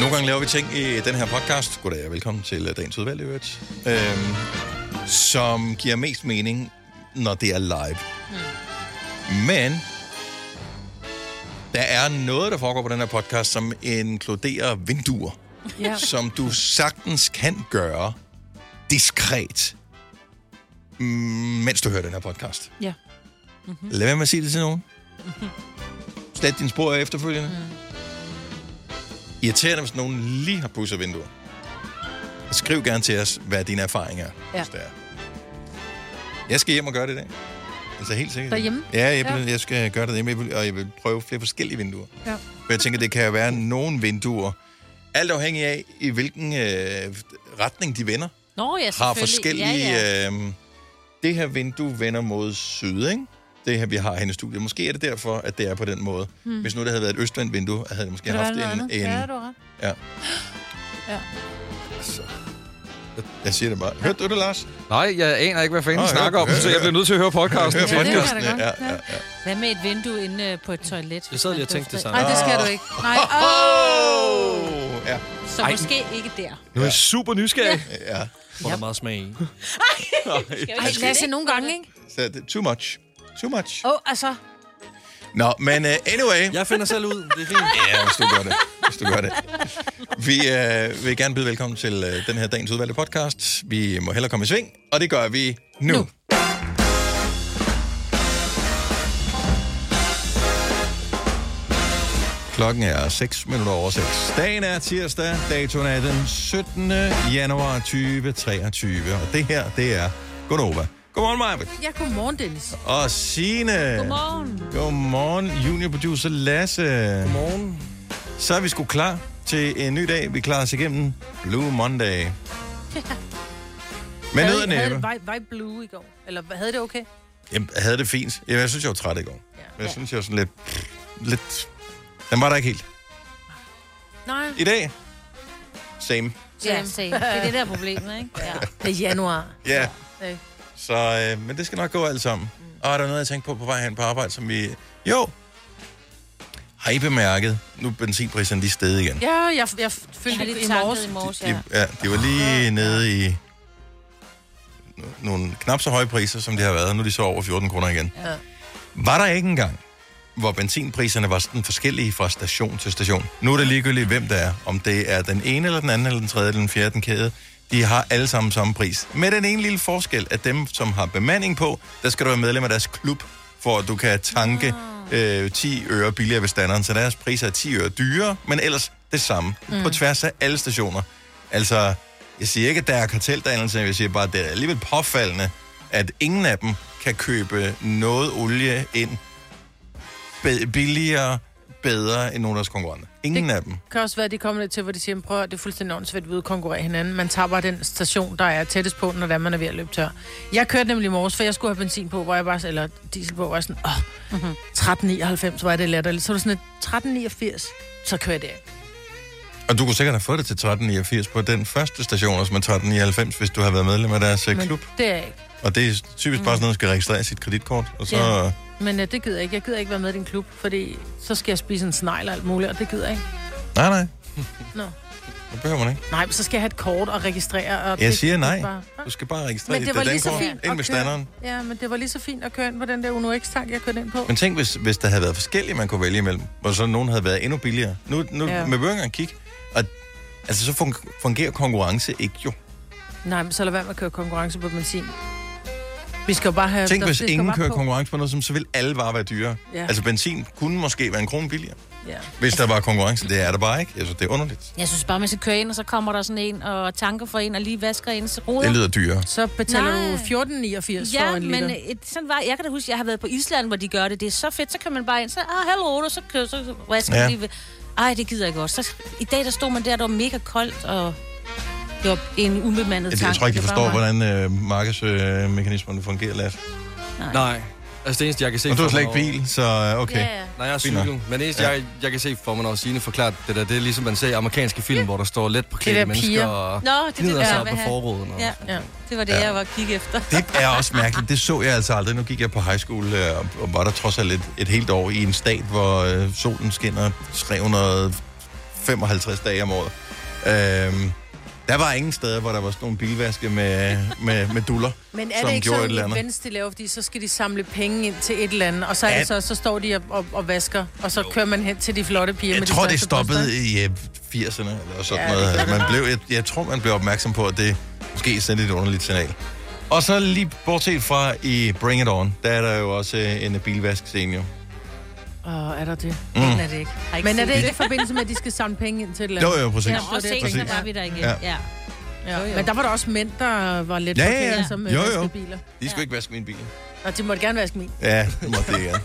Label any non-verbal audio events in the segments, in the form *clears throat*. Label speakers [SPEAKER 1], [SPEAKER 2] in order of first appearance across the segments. [SPEAKER 1] Nogle gange laver vi ting i den her podcast, goddag og velkommen til øh, dagens udvalg, i øvrigt, øhm, som giver mest mening, når det er live. Men der er noget, der foregår på den her podcast, som inkluderer vinduer, *laughs*
[SPEAKER 2] Ja.
[SPEAKER 1] som du sagtens kan gøre diskret, mm, mens du hører den her podcast. Mm-hmm.
[SPEAKER 2] Ja. Mm-hmm.
[SPEAKER 1] Lad være med at sige det til nogen. Slet dine spor af efterfølgende.
[SPEAKER 2] Mm.
[SPEAKER 1] Irriterende, hvis nogen lige har pudset vinduer. Skriv gerne til os, hvad din erfaring er.
[SPEAKER 2] Ja.
[SPEAKER 1] hvis det er. Jeg skal hjem og gøre det i dag. Altså helt sikkert.
[SPEAKER 2] Derhjemme?
[SPEAKER 1] Ja, jeg, ja.
[SPEAKER 2] Ja.
[SPEAKER 1] jeg skal gøre det derhjemme, jeg vil- og jeg vil prøve flere forskellige vinduer.
[SPEAKER 2] Ja.
[SPEAKER 1] For jeg tænker, det kan jo være nogle vinduer, alt afhængig af, i hvilken øh, retning de vender,
[SPEAKER 3] Nå, ja,
[SPEAKER 1] har
[SPEAKER 3] selvfølgelig.
[SPEAKER 1] forskellige...
[SPEAKER 3] Ja, ja.
[SPEAKER 1] Ja, ja. Øh, det her vindue vender mod syd, ikke? Det her, vi har henne i studiet. Måske er det derfor, at det er på den måde. Hmm. Hvis nu det havde været et østvendt vindue, havde det måske
[SPEAKER 2] Vil der
[SPEAKER 1] haft
[SPEAKER 2] være
[SPEAKER 1] en...
[SPEAKER 2] noget
[SPEAKER 1] en
[SPEAKER 2] andet? Ja, du har ret.
[SPEAKER 1] ja.
[SPEAKER 2] Ja.
[SPEAKER 1] Så. Jeg siger det bare. Hørte du det, Lars?
[SPEAKER 4] Nej, jeg aner ikke, hvad fanden
[SPEAKER 1] Nå,
[SPEAKER 4] oh,
[SPEAKER 1] ja.
[SPEAKER 4] snakker om, så jeg bliver nødt til at høre podcasten.
[SPEAKER 1] Hør
[SPEAKER 2] det kan jeg da
[SPEAKER 1] podcasten,
[SPEAKER 2] godt.
[SPEAKER 1] ja, ja, ja.
[SPEAKER 3] Hvad med et vindue inde øh, på et toilet?
[SPEAKER 5] Jeg sad lige og
[SPEAKER 3] Man
[SPEAKER 5] tænkte det
[SPEAKER 3] dufter-
[SPEAKER 5] samme.
[SPEAKER 2] Nej, det skal du ikke. Nej, åh!
[SPEAKER 1] Oh, ja,
[SPEAKER 3] Så
[SPEAKER 4] Ej.
[SPEAKER 3] måske ikke der.
[SPEAKER 4] Nu er jeg super nysgerrig.
[SPEAKER 1] ja.
[SPEAKER 5] Hvor der er meget
[SPEAKER 2] *laughs*
[SPEAKER 5] smag i.
[SPEAKER 2] Ej, Lasse, nogle gange, ikke?
[SPEAKER 1] Så det er too much. Too much.
[SPEAKER 2] Åh, oh, altså.
[SPEAKER 1] Nå, men uh, anyway.
[SPEAKER 5] Jeg finder selv ud. Det er fint.
[SPEAKER 1] *laughs* Ja, hvis du gør det. Hvis du gør det. Vi øh, vil gerne byde velkommen til øh, den her dagens udvalgte podcast. Vi må hellere komme i sving, og det gør vi nu. nu.
[SPEAKER 2] Nu.
[SPEAKER 1] Klokken er 6 minutter over 6. Dagen er tirsdag, datoen er den 17. januar 2023. Og det her, det er Gonova. Godmorgen, Maja.
[SPEAKER 2] *laughs* Ja, godmorgen, Dennis.
[SPEAKER 1] Og Signe.
[SPEAKER 3] Godmorgen.
[SPEAKER 2] *laughs*
[SPEAKER 1] Godmorgen, juniorproducer Lasse.
[SPEAKER 5] Godmorgen.
[SPEAKER 1] Så er vi sgu klar til en ny dag. Vi klarer os igennem Blue Monday. Men ned ad næppe.
[SPEAKER 2] Havde det vibe blue i går? Eller hvad- havde det okay?
[SPEAKER 1] Jamen, jeg havde det fint. Jamen, jeg synes, jeg var træt i går.
[SPEAKER 2] Ja.
[SPEAKER 1] Jeg synes, jeg var sådan lidt... pff, lidt... Den var der ikke helt.
[SPEAKER 2] Nej.
[SPEAKER 1] I dag... Same.
[SPEAKER 3] Ja, se. Det er det der er problemet, ikke? Ja.
[SPEAKER 2] Det er januar.
[SPEAKER 1] Ja. Yeah.
[SPEAKER 2] Øh.
[SPEAKER 1] Så, øh, men det skal nok gå alt sammen.
[SPEAKER 2] Mm.
[SPEAKER 1] Og er der noget, jeg tænkte på på vej hen på arbejde, som vi... Jo! Har I bemærket? Nu er benzinpriserne lige stedet igen.
[SPEAKER 2] Ja, jeg, jeg følte
[SPEAKER 3] Jeg har
[SPEAKER 2] det
[SPEAKER 3] lige
[SPEAKER 2] i
[SPEAKER 3] tanket
[SPEAKER 2] morges.
[SPEAKER 3] i morges,
[SPEAKER 1] De,
[SPEAKER 3] ja.
[SPEAKER 1] ja, de var lige nede i no- nogle knap så høje priser, som det har været. Nu er de så over 14 kroner igen.
[SPEAKER 2] Ja.
[SPEAKER 1] Var der ikke engang, hvor benzinpriserne var sådan forskellige fra station til station? Nu er det ligegyldigt, hvem der er. Om det er den ene, eller den anden, eller den tredje, eller den fjerde, den kæde. De har alle sammen samme pris. Med den ene lille forskel, at dem, som har bemanding på, der skal du være medlem af deres klub, for at du kan tanke øh, 10 øre billigere ved standeren. Så deres priser er 10 øre dyrere, men ellers det samme. Mm. På tværs af alle stationer. Altså, jeg siger ikke, at der er karteldannelse, jeg siger bare, at det er alligevel påfaldende, at ingen af dem kan købe noget olie ind be- billigere, bedre end nogle af deres konkurrenter. Ingen det... af dem.
[SPEAKER 2] Det kan også være, at de kommer lidt til, hvor de siger, prøv at høre, det er fuldstændig åndssvagt, vi udkonkurrerer hinanden. Man tager bare den station, der er tættest på, når det er, man er ved at løbe tør. Jeg kørte nemlig i morges, for jeg skulle have benzin på, hvor jeg bare, eller diesel på, hvor jeg sådan, åh, 13,99 var det latterligt. Så var det sådan et 13,89, så kører jeg det.
[SPEAKER 1] Og du kunne sikkert have fået det til 1389 på den første station, også med 1399, hvis du har været medlem af deres Men...
[SPEAKER 2] Men
[SPEAKER 1] klub.
[SPEAKER 2] det er jeg ikke.
[SPEAKER 1] Og det er typisk mm. bare sådan noget, man skal registrere sit kreditkort, og så...
[SPEAKER 2] Ja.
[SPEAKER 1] Ja.
[SPEAKER 2] Men øh, det gider jeg ikke. Jeg gider ikke være med i din klub, fordi så skal jeg spise en snegl og alt muligt, og det gider jeg ikke.
[SPEAKER 1] Nej, nej.
[SPEAKER 2] Nå.
[SPEAKER 1] Det behøver man ikke.
[SPEAKER 2] Nej, men så skal jeg have et kort og registrere. Og
[SPEAKER 1] Jeg
[SPEAKER 2] det-
[SPEAKER 1] siger
[SPEAKER 2] det er
[SPEAKER 1] nej.
[SPEAKER 2] bare- Ah.
[SPEAKER 1] Du skal bare registrere
[SPEAKER 2] Men
[SPEAKER 1] dit
[SPEAKER 2] det var lige så
[SPEAKER 1] dankort
[SPEAKER 2] fint
[SPEAKER 1] ind
[SPEAKER 2] at
[SPEAKER 1] med
[SPEAKER 2] køre-
[SPEAKER 1] standeren.
[SPEAKER 2] Ja, men det var lige så fint at køre ind på den der Uno X-tank, jeg kørte ind på.
[SPEAKER 1] Men tænk, hvis, hvis der havde været forskellige, man kunne vælge imellem, hvor så nogen havde været endnu billigere. Nu, nu ja.
[SPEAKER 2] Ja.
[SPEAKER 1] med Burger kigge, og altså, så fun- fungerer konkurrence ikke jo.
[SPEAKER 2] Nej, men så lad være med at køre konkurrence på benzin. Vi skal jo bare have...
[SPEAKER 1] Tænk,
[SPEAKER 2] der-
[SPEAKER 1] hvis
[SPEAKER 2] det skal
[SPEAKER 1] ingen
[SPEAKER 2] bare
[SPEAKER 1] kører
[SPEAKER 2] på.
[SPEAKER 1] konkurrence på noget, som så vil alle varer være dyrere. Ja.
[SPEAKER 2] Ja.
[SPEAKER 1] Altså benzin kunne måske være en krone billigere,
[SPEAKER 2] Ja.
[SPEAKER 1] hvis der var konkurrence. Det er der bare ikke. Altså, det er underligt.
[SPEAKER 3] Jeg synes bare, man skal køre ind, og så kommer der sådan en og tanker for en og lige vasker ens
[SPEAKER 1] Det
[SPEAKER 3] ruder.
[SPEAKER 1] lyder dyrere.
[SPEAKER 2] Så betaler
[SPEAKER 3] Nej.
[SPEAKER 2] du 14,89 for
[SPEAKER 3] Ja,
[SPEAKER 2] en liter.
[SPEAKER 3] men et, sådan var, jeg kan da huske, jeg har været på Island, hvor de gør det. Det er så fedt, så kan man bare ind, så, ah, hallo, og så kører så vasker
[SPEAKER 1] Ja.
[SPEAKER 3] ja. lige ved. Ej, det gider jeg godt. Så i dag, der stod man der, der var mega koldt, og det var en ubemandet
[SPEAKER 1] Jeg,
[SPEAKER 3] tank.
[SPEAKER 1] jeg tror ikke, jeg
[SPEAKER 3] Det var
[SPEAKER 1] forstår,
[SPEAKER 3] mig.
[SPEAKER 1] hvordan øh, markedsmekanismerne fungerer, Lasse.
[SPEAKER 5] Nej. Altså det eneste, jeg kan se...
[SPEAKER 1] Og du har
[SPEAKER 5] for
[SPEAKER 1] slet
[SPEAKER 5] mig
[SPEAKER 1] ikke bil, så øh, okay.
[SPEAKER 3] Ja, ja.
[SPEAKER 5] over- Nej, jeg er
[SPEAKER 1] Fint nok.
[SPEAKER 5] cykel. Men det eneste,
[SPEAKER 1] Ja.
[SPEAKER 5] jeg, jeg kan se for mig, når Signe forklarer det der, det er ligesom man ser i amerikanske film, hvor der står let på
[SPEAKER 2] der
[SPEAKER 5] klædte
[SPEAKER 2] piger.
[SPEAKER 5] mennesker og
[SPEAKER 3] Nå, det er det,
[SPEAKER 5] gnider
[SPEAKER 3] der
[SPEAKER 5] sig
[SPEAKER 3] er
[SPEAKER 5] op
[SPEAKER 3] ved
[SPEAKER 5] på
[SPEAKER 3] her.
[SPEAKER 5] forruden. Og...
[SPEAKER 3] Ja,
[SPEAKER 2] Ja.
[SPEAKER 3] det var det, jeg var at kigge efter.
[SPEAKER 1] Det er også mærkeligt. Det så jeg altså aldrig. Nu gik jeg på high school, øh, og- og var der trods alt et, et helt år i en stat, hvor øh, solen skinner 365 355 dage om året. Øhm, der var ingen steder, hvor der var sådan nogle bilvaske med, med, med duller,
[SPEAKER 2] *laughs* Men er
[SPEAKER 1] som
[SPEAKER 2] det ikke
[SPEAKER 1] gjorde
[SPEAKER 2] sådan,
[SPEAKER 1] et eller
[SPEAKER 2] at
[SPEAKER 1] andet.
[SPEAKER 2] events, de laver, fordi så skal de samle penge ind til et eller andet, og så, er det
[SPEAKER 1] Ja.
[SPEAKER 2] så, så står de og, og, og vasker, og så kører man hen til de flotte piger med
[SPEAKER 1] Jeg tror,
[SPEAKER 2] de
[SPEAKER 1] det
[SPEAKER 2] største bryster,
[SPEAKER 1] stoppede
[SPEAKER 2] ikke?
[SPEAKER 1] i øh, 80'erne eller sådan
[SPEAKER 2] Ja, det
[SPEAKER 1] noget.
[SPEAKER 2] kan
[SPEAKER 1] Man blev, jeg, jeg tror, man blev opmærksom på, at det måske sendte et underligt signal. Og så lige bortset fra i Bring It On, der er der jo også øh, en bilvaskscene jo.
[SPEAKER 2] Åh, er der det?
[SPEAKER 1] Mm.
[SPEAKER 3] Den er det ikke. Har ikke
[SPEAKER 2] Men er
[SPEAKER 3] set
[SPEAKER 2] det ikke i forbindelse med, at de skal samle penge ind til et eller andet?
[SPEAKER 1] Jo, jo, præcis.
[SPEAKER 3] Ja,
[SPEAKER 2] det var
[SPEAKER 3] og
[SPEAKER 2] det, jeg
[SPEAKER 3] senere
[SPEAKER 1] tænkte.
[SPEAKER 3] var vi der igen.
[SPEAKER 1] Ja.
[SPEAKER 3] Ja. ja.
[SPEAKER 2] Ja. Men der var der også mænd, der var lidt
[SPEAKER 1] Ja,
[SPEAKER 2] ja,
[SPEAKER 1] ja,
[SPEAKER 2] ja,
[SPEAKER 1] ja.
[SPEAKER 2] som øh, med
[SPEAKER 1] Jo, jo.
[SPEAKER 2] vaskebiler.
[SPEAKER 1] De skulle ikke vaske min bil.
[SPEAKER 2] Og de måtte gerne vaske min.
[SPEAKER 1] Ja, det måtte det gerne.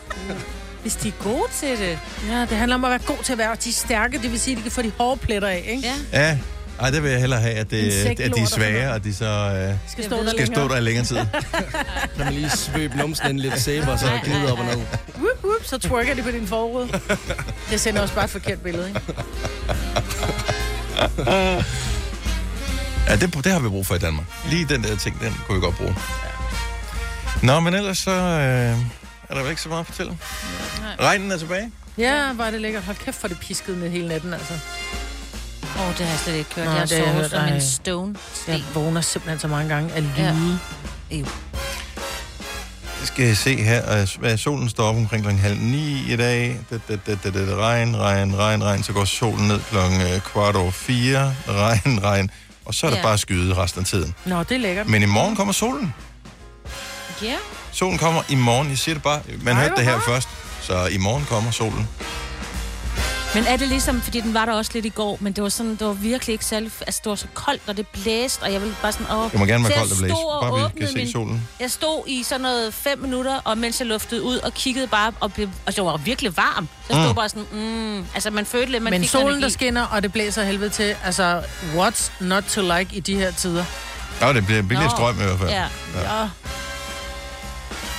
[SPEAKER 3] Hvis de er gode til det.
[SPEAKER 2] Ja, det handler om at være god til at være, og de er stærke, det vil sige, at de kan få de hårde pletter af, ikke?
[SPEAKER 3] Ja.
[SPEAKER 1] Ja, ej, det vil jeg hellere have, at, det,
[SPEAKER 2] Insektlort
[SPEAKER 1] at de er
[SPEAKER 2] og sådan
[SPEAKER 1] svære,
[SPEAKER 2] noget.
[SPEAKER 1] og de så øh,
[SPEAKER 2] De skal
[SPEAKER 3] Jeg
[SPEAKER 2] stå
[SPEAKER 3] ved
[SPEAKER 2] der
[SPEAKER 1] skal
[SPEAKER 2] længere.
[SPEAKER 1] stå der i
[SPEAKER 2] *laughs*
[SPEAKER 1] længere tid.
[SPEAKER 5] Når man lige svøbe numsen ind lidt sæbe, og så glide op og ned.
[SPEAKER 2] Whoop, whoop, så twerker de på din forrude. Det sender også bare et forkert billede, ikke?
[SPEAKER 1] Ja, det, det har vi brug for i Danmark. Lige den der ting, den kunne vi godt bruge. Nå, men ellers så øh, er der vel ikke så meget at fortælle. Regnen er tilbage.
[SPEAKER 2] Ja, var det lækkert. Hold kæft, for det piskede med hele natten, altså.
[SPEAKER 3] Åh, oh, det har jeg slet ikke kørt.
[SPEAKER 2] Nå,
[SPEAKER 3] jeg har
[SPEAKER 2] det har jeg hørt.
[SPEAKER 3] sovet som
[SPEAKER 2] Ej.
[SPEAKER 3] en stone.
[SPEAKER 2] Jeg vågner simpelthen så mange gange af lyde.
[SPEAKER 3] Ja.
[SPEAKER 2] Ja.
[SPEAKER 1] Vi skal se her, at solen står op omkring klokken halv ni i dag. Det, det, det, det, det, regn, regn, regn, regn. Så går solen ned klokken øh, kvart over fire. Regn, regn. Og så er der
[SPEAKER 3] Ja.
[SPEAKER 1] bare skyde resten af tiden.
[SPEAKER 2] Nå, det er lækkert.
[SPEAKER 1] Men i morgen kommer solen.
[SPEAKER 3] Ja.
[SPEAKER 1] Solen kommer i morgen. Jeg siger det bare. Man
[SPEAKER 2] Ej,
[SPEAKER 1] hørte det her
[SPEAKER 2] hvor
[SPEAKER 1] først. Så i morgen kommer solen.
[SPEAKER 3] Men er det ligesom, fordi den var der også lidt i går, men det var sådan, det var virkelig ikke særlig... Altså, det var så koldt, og det blæste, og jeg ville bare sådan... Åh,
[SPEAKER 1] Det må gerne være
[SPEAKER 3] Så jeg
[SPEAKER 1] koldt og blæse.
[SPEAKER 3] stod og
[SPEAKER 1] Bare vi kan
[SPEAKER 3] åbnede
[SPEAKER 1] se
[SPEAKER 3] min-
[SPEAKER 1] solen.
[SPEAKER 3] Jeg stod i sådan noget fem minutter, og mens jeg luftede ud og kiggede bare, og, blev, og det var virkelig varm. Så stod
[SPEAKER 1] Mm.
[SPEAKER 3] mm. bare sådan, mm, altså man følte lidt, man
[SPEAKER 2] Men
[SPEAKER 3] fik
[SPEAKER 2] solen,
[SPEAKER 3] energi.
[SPEAKER 2] der skinner, og det blæser af helvede til. Altså, what's not to like i de her tider?
[SPEAKER 1] Nå, det bliver billigere
[SPEAKER 3] Nå.
[SPEAKER 1] strøm i hvert fald.
[SPEAKER 3] Ja.
[SPEAKER 2] Ja.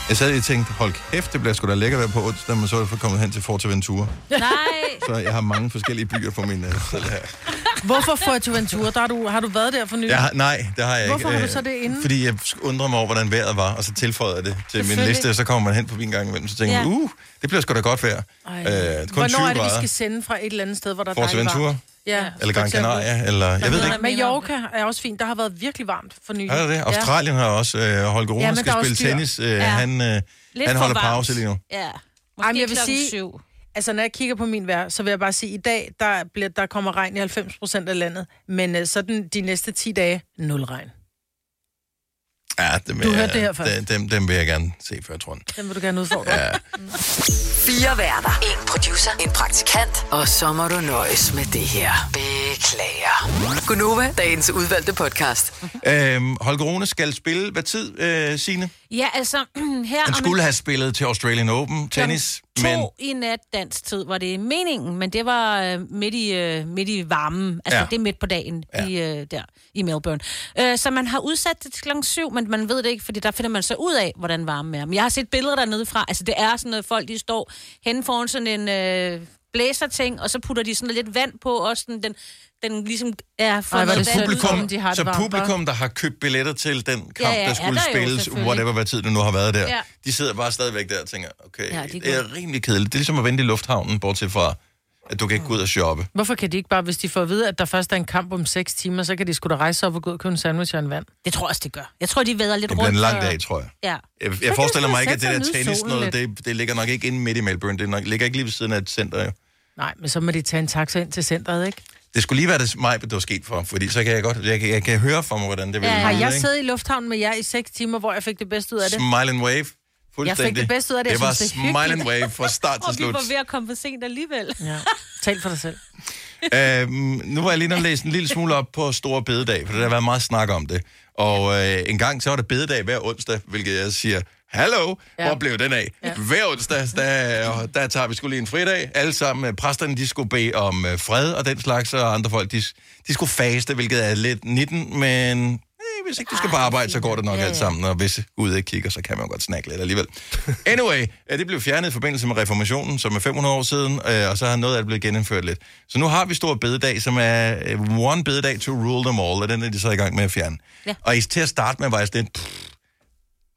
[SPEAKER 1] Jeg sad lige og tænkte, hold kæft, det bliver sgu da lækkert være på onsdag, men så er jeg kommet hen til Forteventura.
[SPEAKER 3] Nej,
[SPEAKER 1] Så jeg har mange forskellige byer på min uh, selv her.
[SPEAKER 2] Hvorfor Fuerteventura? Der har, du, har du været der for nylig?
[SPEAKER 1] Jeg har, nej, det har jeg ikke.
[SPEAKER 2] Hvorfor har du
[SPEAKER 1] Øh,
[SPEAKER 2] så det inde?
[SPEAKER 1] Fordi jeg undrede mig over, hvordan vejret var, og så tilføjede jeg det til min
[SPEAKER 2] Selvfølgelig.
[SPEAKER 1] liste, og så kommer man hen på en gang imellem, så tænker
[SPEAKER 3] Ja.
[SPEAKER 1] jeg, uh, det bliver sgu da godt vejr. Øh, kun
[SPEAKER 2] Ej.
[SPEAKER 1] 20
[SPEAKER 2] Hvornår er det, vi
[SPEAKER 1] grader.
[SPEAKER 2] skal sende fra et eller andet sted, hvor der er dejligt
[SPEAKER 1] Forteventura?
[SPEAKER 2] varmt? Ja,
[SPEAKER 1] Eller Gran
[SPEAKER 2] for eksempel.
[SPEAKER 1] Canaria, eller jeg ved det ikke.
[SPEAKER 2] Nej, Mallorca er også fint. Der har været virkelig varmt for nylig.
[SPEAKER 1] Er der det? Australien har også, øh, Holger Rune
[SPEAKER 2] Ja,
[SPEAKER 1] ja,
[SPEAKER 2] men
[SPEAKER 1] skal
[SPEAKER 2] der er
[SPEAKER 1] spille
[SPEAKER 2] også dyr.
[SPEAKER 1] tennis. Øh,
[SPEAKER 3] Ja.
[SPEAKER 1] Han, øh,
[SPEAKER 3] lidt
[SPEAKER 1] han
[SPEAKER 3] for
[SPEAKER 1] holder
[SPEAKER 3] varmt.
[SPEAKER 1] pause lige nu.
[SPEAKER 3] Ja. Måske
[SPEAKER 2] Ej, men jeg vil
[SPEAKER 3] klokken
[SPEAKER 2] sige-
[SPEAKER 3] syv.
[SPEAKER 2] Altså, når jeg kigger på min vejr, så vil jeg bare sige, at i dag der, bliver, der kommer regn i 90 procent af landet, men øh, sådan de næste 10 dage, nul regn.
[SPEAKER 1] Ja, dem,
[SPEAKER 2] Du
[SPEAKER 1] jeg-
[SPEAKER 2] hørte det her først.
[SPEAKER 1] Dem, dem, dem vil jeg gerne se før, tror jeg.
[SPEAKER 2] Den vil du gerne udfordre. Ja.
[SPEAKER 6] Fire værter. En producer. En praktikant. Og så må du nøjes med det her. Beklager. Gunova, dagens udvalgte podcast.
[SPEAKER 1] Øhm, Holger Rune skal spille, hvad tid, øh, Signe?
[SPEAKER 3] Ja, altså *clears throat* her
[SPEAKER 1] Han
[SPEAKER 3] om en
[SPEAKER 1] skulle have spillet til Australian Open tennis,
[SPEAKER 3] To
[SPEAKER 1] men...
[SPEAKER 3] i nat dansk tid var det meningen, men det var øh, midt, i, øh, midt i varmen. Altså,
[SPEAKER 1] Ja.
[SPEAKER 3] ja. det er midt på dagen
[SPEAKER 1] Ja.
[SPEAKER 3] ja. i, øh, der i Melbourne. Øh, så man har udsat det til klokken syv, men man ved det ikke, fordi der finder man så ud af, hvordan varmen er. Men jeg har set billeder dernede fra. Altså, det er sådan noget, folk de står hen foran sådan en øh, blæserting, og så putter de sådan lidt vand på, og sådan den, den ligesom er for
[SPEAKER 2] Ej, hvor er
[SPEAKER 1] Så
[SPEAKER 2] det synd.
[SPEAKER 1] publikum,
[SPEAKER 2] Publikum, de har det
[SPEAKER 1] så
[SPEAKER 2] varmt, hva'?
[SPEAKER 1] publikum, der har købt billetter til den kamp,
[SPEAKER 3] Ja, ja,
[SPEAKER 1] der
[SPEAKER 3] er
[SPEAKER 1] skulle
[SPEAKER 3] der jo,
[SPEAKER 1] spilles,
[SPEAKER 3] selvfølgelig.
[SPEAKER 1] whatever hvad tid det nu har været der,
[SPEAKER 3] Ja.
[SPEAKER 1] de sidder bare stadigvæk der og tænker, okay,
[SPEAKER 3] Ja,
[SPEAKER 1] ja,
[SPEAKER 3] de
[SPEAKER 1] det er rimelig kedeligt. Det er ligesom at vente i lufthavnen, bortset fra, at du kan ikke gå ud og shoppe.
[SPEAKER 2] Hvorfor kan de ikke bare, hvis de får at vide, at der først er en kamp om 6 timer, så kan de sgu da rejse sig op og gå ud og købe en sandwich og en vand?
[SPEAKER 3] Det tror jeg også, det gør. Jeg tror, de væder lidt
[SPEAKER 1] Det bliver en
[SPEAKER 3] rundt.
[SPEAKER 1] lang
[SPEAKER 3] og-
[SPEAKER 1] dag, tror jeg.
[SPEAKER 3] Ja.
[SPEAKER 1] Jeg,
[SPEAKER 2] de
[SPEAKER 1] jeg forestiller
[SPEAKER 2] sidde
[SPEAKER 1] mig
[SPEAKER 2] og
[SPEAKER 1] ikke, at
[SPEAKER 2] sætte
[SPEAKER 1] det
[SPEAKER 2] sig
[SPEAKER 1] der
[SPEAKER 2] og nyde
[SPEAKER 1] tennis,
[SPEAKER 2] solen
[SPEAKER 1] noget, det, det ligger nok ikke inde midt i Melbourne. Det er nok, ligger ikke lige ved siden af et center, jo.
[SPEAKER 2] Nej, men så må de tage en taxa ind til centret, ikke?
[SPEAKER 1] Det skulle lige være det mig, det var sket for, fordi så kan jeg godt, jeg, kan- jeg kan høre for mig, hvordan det vil
[SPEAKER 3] Ja,
[SPEAKER 2] Har
[SPEAKER 3] ja.
[SPEAKER 2] jeg siddet i lufthavnen med jer i 6 timer, hvor jeg fik det bedste ud af det?
[SPEAKER 1] Smile and wave. Fuldstændig.
[SPEAKER 2] det bedste ud af det.
[SPEAKER 1] Det
[SPEAKER 2] Jeg
[SPEAKER 1] var
[SPEAKER 2] synes, det er
[SPEAKER 1] smile and wave fra
[SPEAKER 2] *laughs*
[SPEAKER 1] start til
[SPEAKER 3] Og vi
[SPEAKER 1] slut.
[SPEAKER 3] var ved at komme for sent alligevel.
[SPEAKER 2] Ja. Tal for dig selv.
[SPEAKER 1] øhm, nu var jeg lige nødt til at læse en lille smule op på Store Bededag, for der har været meget snak om det. Og øh, en gang så var det bededag hver onsdag, hvilket jeg siger, hallo, ja. hvor blev den af? Ja. Hver onsdag, der, der tager vi skulle lige en fridag. Alle sammen, øh, præsterne, de skulle bede om øh, fred og den slags, og andre folk, de, de skulle faste, hvilket er lidt 19, men øh, hvis ikke du skal på arbejde, så går det nok ja, alt sammen. Og hvis Gud ikke kigger, så kan man jo godt snakke lidt alligevel. Anyway, øh, det blev fjernet i forbindelse med reformationen, som er 500 år siden, øh, og så har noget af det blevet genindført lidt. Så nu har vi stor bededag, som er øh, one bededag to rule them all, og den er de så i gang med at fjerne.
[SPEAKER 3] Ja.
[SPEAKER 1] Og i- til at starte med var jeg sådan lidt, pff,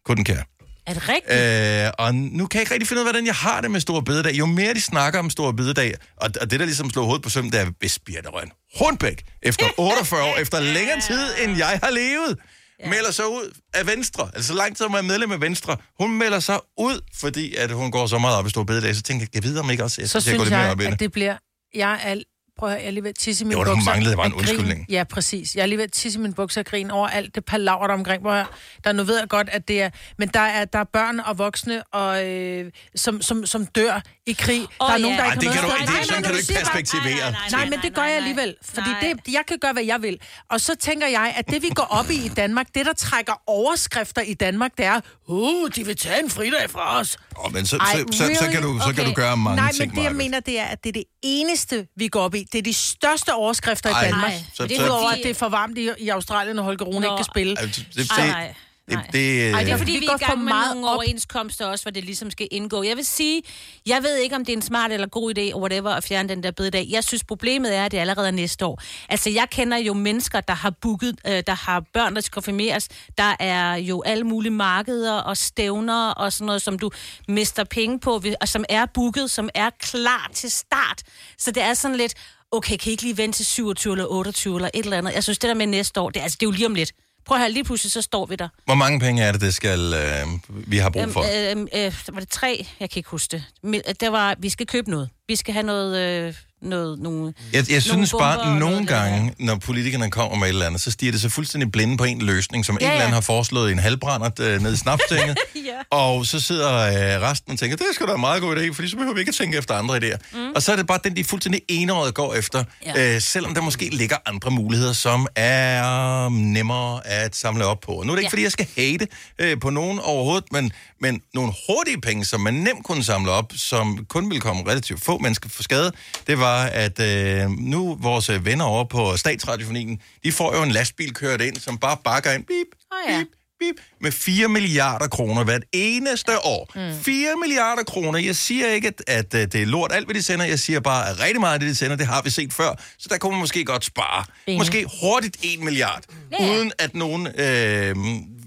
[SPEAKER 1] kunne den kære.
[SPEAKER 3] Er det rigtigt?
[SPEAKER 1] Øh, og nu kan jeg ikke rigtig finde ud af, hvordan jeg har det med Stor Bededag. Jo mere de snakker om Stor Bededag, og, og det der ligesom slår hovedet på søm, det er, hvis Birte Røn Hornbæk,
[SPEAKER 3] *laughs*
[SPEAKER 1] efter 48 år, efter længere tid, end jeg har levet, ja. melder sig ud af Venstre. Altså så lang tid hun er medlem af Venstre, hun melder sig ud, fordi at hun går så meget op i Stor Bededag, så tænker jeg, jeg ved om ikke også, jeg
[SPEAKER 2] Så
[SPEAKER 1] skal til at gå
[SPEAKER 2] synes
[SPEAKER 1] lidt mere
[SPEAKER 2] jeg,
[SPEAKER 1] op i
[SPEAKER 2] at
[SPEAKER 1] det.
[SPEAKER 2] det bliver... Jeg er... Prøv at høre, jeg er lige ved at tisse i mine
[SPEAKER 1] Jo, der
[SPEAKER 2] bukser.
[SPEAKER 1] manglede bare en
[SPEAKER 2] af grin.
[SPEAKER 1] undskyldning.
[SPEAKER 2] Ja, præcis. Jeg er lige ved at tisse i mine bukser og grine over alt det palaver der er omkring. Prøv at høre, der nu ved jeg godt, at det er... Men der er, der er børn og voksne, og, øh, som, som, som dør i krig. der er
[SPEAKER 3] ja.
[SPEAKER 2] nogen, der
[SPEAKER 3] Ej,
[SPEAKER 2] ikke
[SPEAKER 1] det
[SPEAKER 2] har
[SPEAKER 1] kan du-
[SPEAKER 2] noget
[SPEAKER 1] det- sådan kan du ikke perspektivere.
[SPEAKER 2] Nej, men det gør jeg alligevel, fordi det, jeg kan gøre, hvad jeg vil. Og så tænker jeg, at det vi går op i i Danmark, det der trækker overskrifter i Danmark, det er, uh, de vil tage en fridag fra os.
[SPEAKER 1] Åh, men så, så, så, så, kan du, så kan du gøre mange
[SPEAKER 2] Nej,
[SPEAKER 1] ting,
[SPEAKER 2] men det jeg
[SPEAKER 1] Maja.
[SPEAKER 2] mener, det er, at det er det eneste, vi går op i. Det er de største overskrifter
[SPEAKER 1] Ej,
[SPEAKER 2] i Danmark.
[SPEAKER 1] nej.
[SPEAKER 2] Så,
[SPEAKER 1] Så-
[SPEAKER 2] det
[SPEAKER 1] så-
[SPEAKER 2] er udover, at det er for varmt i, i Australien, og Holger Rune
[SPEAKER 3] Nå.
[SPEAKER 2] ikke kan spille.
[SPEAKER 1] Altså, det, det,
[SPEAKER 3] Nej, nej,
[SPEAKER 1] det,
[SPEAKER 3] nej.
[SPEAKER 1] det,
[SPEAKER 3] Ej, det er fordi,
[SPEAKER 2] Vi
[SPEAKER 3] vi, vi
[SPEAKER 2] går
[SPEAKER 3] er i
[SPEAKER 2] for
[SPEAKER 3] gang med
[SPEAKER 2] meget
[SPEAKER 3] nogle
[SPEAKER 2] op.
[SPEAKER 3] overenskomster også, hvor det ligesom skal indgå. Jeg vil sige, jeg ved ikke, om det er en smart eller god idé, og whatever, at fjerne den der bededag. Jeg synes, problemet er, at det er allerede næste år. Altså, jeg kender jo mennesker, der har booket, øh, der har børn, der skal konfirmeres. Der er jo alle mulige markeder og stævner og sådan noget, som du mister penge på, ved- og som er booket, som er klar til start. Så det er sådan lidt, okay, kan I ikke lige vente til 27 eller 28 eller et eller andet? Jeg synes, det der med næste år, det, er- altså, det er jo lige om lidt. Prøv at høre, lige pludselig så står vi der.
[SPEAKER 1] hvor mange penge er det, det skal, øh, vi har brug for?
[SPEAKER 3] Øhm, øhm, øh, var det tre? Jeg kan ikke huske det. Men, øh, Der var, vi skal købe noget. Vi skal have noget... Øh, noget nogle,
[SPEAKER 1] Jeg, jeg synes
[SPEAKER 3] bomber og
[SPEAKER 1] bare,
[SPEAKER 3] noget
[SPEAKER 1] nogle
[SPEAKER 3] af det
[SPEAKER 1] gange, når politikerne kommer med et eller andet, så stiger det så fuldstændig blinde på en løsning, som
[SPEAKER 3] Ja,
[SPEAKER 1] ja, en eller
[SPEAKER 3] ja.
[SPEAKER 1] anden har foreslået i en halvbrændert øh, nede i
[SPEAKER 3] *laughs*
[SPEAKER 1] snapstinget. *laughs* ja. Og så sidder øh, resten og tænker, det er sgu da en meget god idé, fordi så behøver vi ikke at tænke efter andre idéer. Mm. Og så er det bare den, de fuldstændig enåret går efter, ja.
[SPEAKER 3] Ja.
[SPEAKER 1] øh, selvom der måske ligger andre muligheder, som er nemmere at samle op på. Og nu er det ikke, ja.
[SPEAKER 3] Ja.
[SPEAKER 1] fordi jeg skal hate øh, på nogen overhovedet, men, men nogle hurtige penge, som man nemt kunne samle op, som kun ville komme relativt få mennesker for skade, det var, at øh, nu vores øh, venner over på statsradiofonien, de får jo en lastbil kørt ind, som bare bakker ind, bip,
[SPEAKER 3] Åh, ja.
[SPEAKER 1] bip, bip, med 4 milliarder kroner hvert eneste år. Mm. 4 milliarder kroner. Jeg siger ikke, at, at øh, det er lort alt, hvad de sender. Jeg siger bare, at rigtig meget af det, de sender, det har vi set før. Så der kunne man måske godt spare. Mm. Måske hurtigt 1 milliard,
[SPEAKER 3] Ja.
[SPEAKER 1] uden at nogen øh,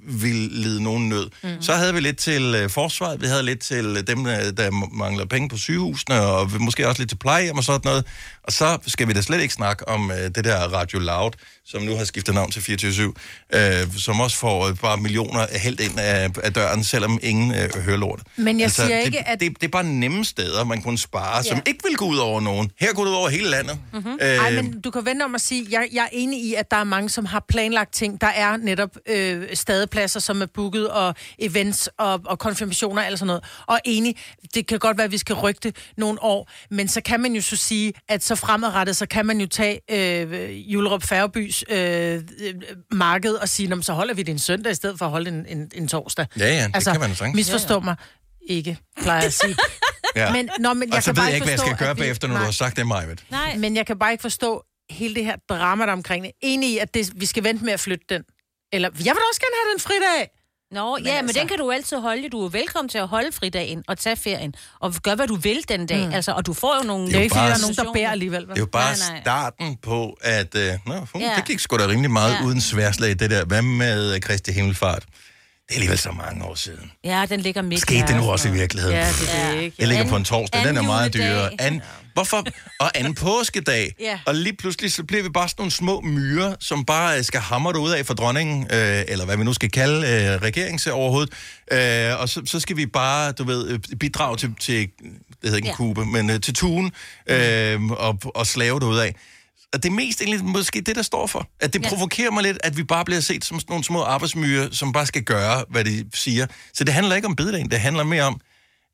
[SPEAKER 1] vil lide nogen nød. Mm. Så havde vi lidt til øh, forsvaret, vi havde lidt til øh, dem, øh, der mangler penge på sygehusene, og vi- måske også lidt til plejehjem og sådan noget. Og så skal vi da slet ikke snakke om øh, det der Radio Loud, som nu har skiftet navn til 24 øh, som også får øh, bare millioner hældt ind af, af døren, selvom ingen øh, hører lortet. Altså,
[SPEAKER 2] Men jeg siger ikke,
[SPEAKER 1] det,
[SPEAKER 2] at-
[SPEAKER 1] Det, det er bare nemme steder, man kunne spare, ja. som ikke vil gå ud over nogen. Her går det ud over hele landet. Mm-hmm. Øh,
[SPEAKER 2] Ej, men du kan vende om at sige, jeg, jeg er enig i, at der er mange, som har planlagt ting. Der er netop øh, stadepladser, som er booket, og events og, og konfirmationer og alt sådan noget. Og enig, det kan godt være, at vi skal rygte nogle år, men så kan man jo så sige, at så fremadrettet, så kan man jo tage øh, Julerup Færgebys øh, øh, marked og sige, "Nå, men så holder vi det en søndag, i stedet for at holde en, en, en torsdag. Altså,
[SPEAKER 1] Ja, ja, det kan man jo sagtens.
[SPEAKER 2] misforstå mig ikke, plejer jeg at sige.
[SPEAKER 1] ja.
[SPEAKER 2] Men, nå, men jeg
[SPEAKER 1] og så
[SPEAKER 2] kan
[SPEAKER 1] ved
[SPEAKER 2] bare
[SPEAKER 1] jeg ikke, hvad jeg
[SPEAKER 2] forstå,
[SPEAKER 1] skal gøre
[SPEAKER 2] at vi-
[SPEAKER 1] bagefter, når du
[SPEAKER 2] Nej.
[SPEAKER 1] har sagt det, Majved.
[SPEAKER 3] Nej,
[SPEAKER 2] Men jeg kan bare ikke forstå hele det her drama der er omkring det. Enig i, at det, vi skal vente med at flytte den. Eller, jeg vil også gerne have den fridag.
[SPEAKER 3] Nå, men ja, altså... men
[SPEAKER 2] altså-
[SPEAKER 3] den kan du altid holde. Du er velkommen til at holde fridagen og tage ferien, og gør, hvad du vil den dag. Mm. Altså, og du får jo nogle...
[SPEAKER 1] Det
[SPEAKER 2] Det er jo ikke, fordi
[SPEAKER 1] bare-
[SPEAKER 2] der er nogen, der bærer alligevel.
[SPEAKER 1] Det er jo bare nej,
[SPEAKER 3] Nej,
[SPEAKER 1] nej.
[SPEAKER 3] nej.
[SPEAKER 1] starten på, at... Øh, nå, hun, ja.
[SPEAKER 3] Ja.
[SPEAKER 1] det gik sgu da rimelig meget ja.
[SPEAKER 3] Ja.
[SPEAKER 1] uden sværslag, det der. Hvad med øh, Kristi Himmelfart? Det er alligevel så mange år siden.
[SPEAKER 3] Ja, den ligger midt.
[SPEAKER 1] Skete det
[SPEAKER 3] ja,
[SPEAKER 1] nu
[SPEAKER 3] og
[SPEAKER 1] også i
[SPEAKER 3] sådan
[SPEAKER 1] virkeligheden? Ja,
[SPEAKER 2] det er det ikke.
[SPEAKER 1] Jeg ligger på en
[SPEAKER 3] Anden-
[SPEAKER 1] torsdag, den er
[SPEAKER 3] anden
[SPEAKER 1] meget
[SPEAKER 3] juledag.
[SPEAKER 1] dyrere. An, hvorfor? Og anden påskedag.
[SPEAKER 3] Ja.
[SPEAKER 1] Og lige pludselig, så bliver vi bare sådan nogle små myrer, som bare øh, skal hamre det ud af for dronningen, øh, eller hvad vi nu skal kalde øh, regeringsoverhovedet. Øh, og så, så skal vi bare, du ved, øh, bidrage til, til det hedder ikke ja.
[SPEAKER 3] Ja.
[SPEAKER 1] kube, men øh, til tuen, øh, og, og slave det ud af. Og det er mest egentlig måske det, der står for. At det ja.
[SPEAKER 3] Ja.
[SPEAKER 1] provokerer mig lidt, at vi bare bliver set som sådan nogle små arbejdsmyrer, som bare skal gøre, hvad de siger. Så det handler ikke om bededagen, det handler mere om,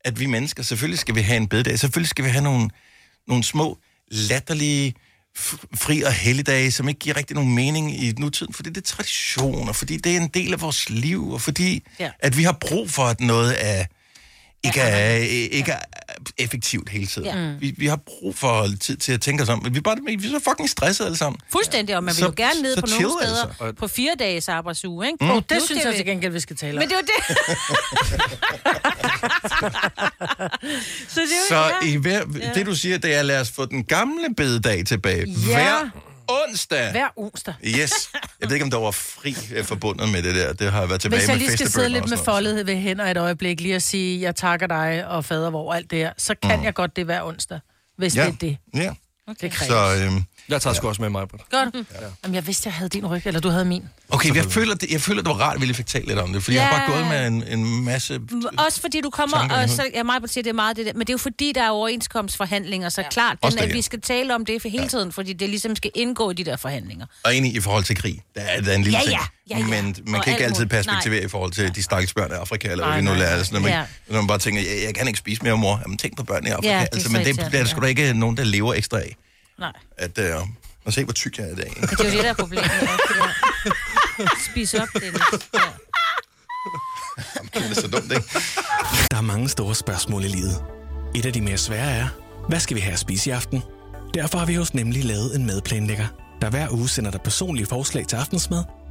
[SPEAKER 1] at vi mennesker, selvfølgelig skal vi have en bededag, selvfølgelig skal vi have nogle, nogle små, latterlige, f- fri- og helligdage, som ikke giver rigtig nogen mening i nutiden, fordi det er traditioner, fordi det er en del af vores liv, og fordi ja.
[SPEAKER 3] Ja.
[SPEAKER 1] at vi har brug for, at noget er, ikke, er, øh, ikke er øh, effektivt hele tiden.
[SPEAKER 2] Mm.
[SPEAKER 1] Ja. Vi, vi har brug for tid til at tænke os om, men vi er, bare, vi er så fucking stressede alle sammen.
[SPEAKER 3] Fuldstændig, og man vil
[SPEAKER 1] Så-
[SPEAKER 3] jo gerne ned
[SPEAKER 1] så
[SPEAKER 3] på
[SPEAKER 1] chill,
[SPEAKER 3] nogle steder
[SPEAKER 1] altså.
[SPEAKER 3] på fire dages arbejdsuge, ikke?
[SPEAKER 2] Mm.
[SPEAKER 3] Nu
[SPEAKER 2] Og det
[SPEAKER 3] skal
[SPEAKER 2] synes jeg
[SPEAKER 3] vi-
[SPEAKER 2] til gengæld, vi skal tale om.
[SPEAKER 3] Men det er jo det. så det er jo,
[SPEAKER 1] Så
[SPEAKER 3] ja.
[SPEAKER 1] i hver, det du siger, det er, lad os få den gamle bededag tilbage.
[SPEAKER 2] Ja.
[SPEAKER 1] Hver onsdag.
[SPEAKER 2] Hver onsdag.
[SPEAKER 1] Yes. Jeg ved ikke, om der var fri øh, forbundet med det der. Det har jeg været tilbage
[SPEAKER 2] Hvis jeg lige
[SPEAKER 1] med
[SPEAKER 2] skal sidde lidt med
[SPEAKER 1] foldet.
[SPEAKER 2] foldet ved hænder et øjeblik, lige at sige, jeg takker dig og fader hvor alt det her, så kan jeg godt det hver onsdag, hvis
[SPEAKER 1] Ja.
[SPEAKER 2] det er det.
[SPEAKER 1] Ja,
[SPEAKER 2] Okay. Det
[SPEAKER 1] så...
[SPEAKER 2] kræver.
[SPEAKER 1] Øhm,
[SPEAKER 5] Jeg tager sgu også med mig, Britt.
[SPEAKER 2] Godt. Ja. Jamen, jeg vidste, jeg havde din ryg, eller du havde min.
[SPEAKER 1] okay, jeg føler, det, jeg føler, det var rart, at vi lige fik talt lidt om det, fordi jeg har bare
[SPEAKER 3] Ja.
[SPEAKER 1] gået med en, en masse...
[SPEAKER 3] Også fordi du kommer,
[SPEAKER 1] Tanker i
[SPEAKER 3] og
[SPEAKER 1] hovedet.
[SPEAKER 3] så, ja, mig siger, det er meget det der, men det er jo fordi, der er overenskomstforhandlinger, så ja. klart,
[SPEAKER 1] Også
[SPEAKER 3] den,
[SPEAKER 1] det,
[SPEAKER 3] at
[SPEAKER 1] ja.
[SPEAKER 3] vi skal tale om det for hele tiden, fordi det ligesom skal indgå i de der forhandlinger.
[SPEAKER 1] Og enig i forhold til krig. Der er, der er en lille
[SPEAKER 3] Ja,
[SPEAKER 1] ting.
[SPEAKER 3] ja, ja, ja.
[SPEAKER 1] Men man
[SPEAKER 3] Og
[SPEAKER 1] kan ikke
[SPEAKER 3] alt
[SPEAKER 1] altid
[SPEAKER 3] muligt.
[SPEAKER 1] perspektivere i forhold til de stakkels børn i Afrika, eller hvad
[SPEAKER 2] Nej,
[SPEAKER 1] vi nu
[SPEAKER 2] nej,
[SPEAKER 1] lærer. Altså, når, man,
[SPEAKER 3] Ja.
[SPEAKER 1] når man bare tænker, jeg, jeg kan ikke spise mere, mor. Jamen, tænk på børn i Afrika.
[SPEAKER 3] det er
[SPEAKER 1] altså,
[SPEAKER 3] så
[SPEAKER 1] men det,
[SPEAKER 3] irriterende,
[SPEAKER 1] der er sgu da
[SPEAKER 3] ja.
[SPEAKER 1] ikke nogen, der lever ekstra af.
[SPEAKER 3] Nej,
[SPEAKER 1] At, øh, og se, hvor tyk jeg er i dag.
[SPEAKER 3] det er jo det, der er problemet. ikke? Det der. *laughs* Spis op, Dennis. Ja.
[SPEAKER 1] Det er så dumt, ikke?
[SPEAKER 7] Der er mange store spørgsmål i livet. Et af de mere svære er, hvad skal vi have at spise i aften? Derfor har vi hos Nemlig lavet en madplanlægger, der hver uge sender dig personlige forslag til aftensmad,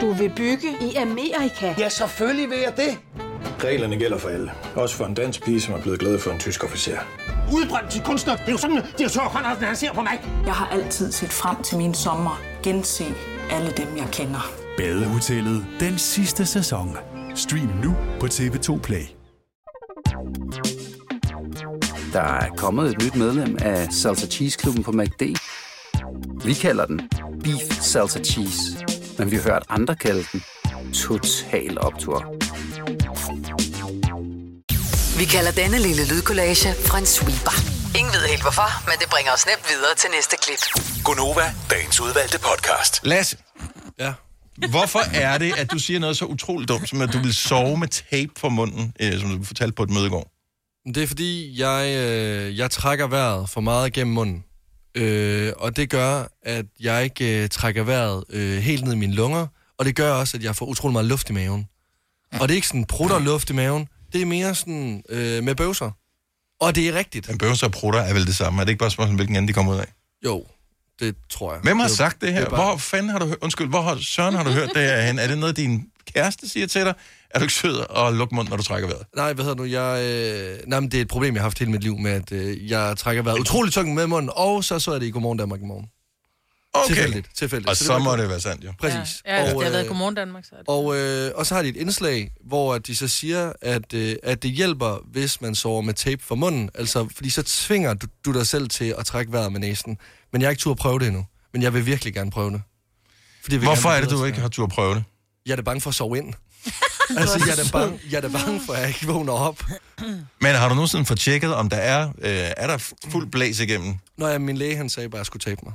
[SPEAKER 8] Du vil bygge i Amerika?
[SPEAKER 9] Ja, selvfølgelig vil jeg det.
[SPEAKER 10] Reglerne gælder for alle. Også for en dansk pige, som er blevet glad for en tysk officer.
[SPEAKER 9] Udbrændt til kunstner. Det er jo sådan, at de har tørt hånden, han ser på mig.
[SPEAKER 11] Jeg har altid set frem til min sommer, gense alle dem, jeg kender.
[SPEAKER 7] Badehotellet den sidste sæson. Stream nu på TV2 Play.
[SPEAKER 12] Der er kommet et nyt medlem af Salsa Cheese Klubben på MACD. Vi kalder den Beef Salsa Cheese, men vi har hørt andre kalde den Total Optor.
[SPEAKER 6] Vi kalder denne lille lydkollage en sweeper. Ingen ved helt hvorfor, men det bringer os nemt videre til næste klip.
[SPEAKER 7] Gonova, dagens udvalgte podcast.
[SPEAKER 1] Lasse,
[SPEAKER 5] Ja.
[SPEAKER 1] hvorfor er det, at du siger noget så utroligt dumt, som at du vil sove med tape for munden, øh, som du fortalte på et møde i går?
[SPEAKER 5] Men Det er fordi, jeg, øh, jeg trækker vejret for meget gennem munden. Øh, og det gør, at jeg ikke øh, trækker vejret øh, helt ned i mine lunger. Og det gør også, at jeg får utrolig meget luft i maven. Og det er ikke sådan prutter luft i maven. Det er mere sådan øh, med bøvser. Og det er rigtigt.
[SPEAKER 1] Men bøvser og prutter er vel det samme? Er det ikke bare et spørgsmål, hvilken ende de kommer ud af?
[SPEAKER 5] Jo, det tror jeg.
[SPEAKER 1] Hvem har
[SPEAKER 5] Det-
[SPEAKER 1] sagt det her?
[SPEAKER 5] er bare-
[SPEAKER 1] Hvor fanden har du hørt? Undskyld, hvor har, søren har du hørt det her hen? Er det noget, din kæreste siger til dig? Er du ikke sød og luk munden, når du trækker vejret?
[SPEAKER 5] Nej, hvad hedder nu, jeg... Øh, nej, men det er et problem, jeg har haft hele mit liv med, at øh, jeg trækker vejret utrolig tungt med munden, og så så jeg det i Godmorgen Danmark i morgen.
[SPEAKER 1] Okay.
[SPEAKER 5] Tilfældigt, tilfældigt.
[SPEAKER 1] Og så
[SPEAKER 5] var
[SPEAKER 1] må
[SPEAKER 5] godt.
[SPEAKER 1] det være sandt, jo.
[SPEAKER 5] Præcis.
[SPEAKER 2] Ja, ja, og, det har været
[SPEAKER 5] øh,
[SPEAKER 2] Godmorgen Danmark, så er det.
[SPEAKER 5] Og, øh, og så har de et indslag, hvor at de så siger, at, øh, at det hjælper, hvis man sover med tape for munden. Altså, fordi så tvinger du, du dig selv til at trække vejret med næsen. Men jeg har ikke tur at prøve det endnu. Men jeg vil virkelig gerne prøve det. Fordi jeg vil
[SPEAKER 1] Hvorfor
[SPEAKER 5] gerne
[SPEAKER 1] er det,
[SPEAKER 5] blive
[SPEAKER 1] du
[SPEAKER 5] bedre
[SPEAKER 1] ikke
[SPEAKER 5] til
[SPEAKER 1] har tur at prøve det?
[SPEAKER 5] Jeg er da bange for at
[SPEAKER 2] *laughs*
[SPEAKER 5] sove ind. *laughs* altså, jeg er, da bange, jeg er da bange for, at jeg ikke vågner op.
[SPEAKER 1] Men har du nogensinde fået tjekket, om der er, øh, er der fuld blæs igennem?
[SPEAKER 5] Når jeg, min læge, han sagde bare, at jeg skulle tabe mig.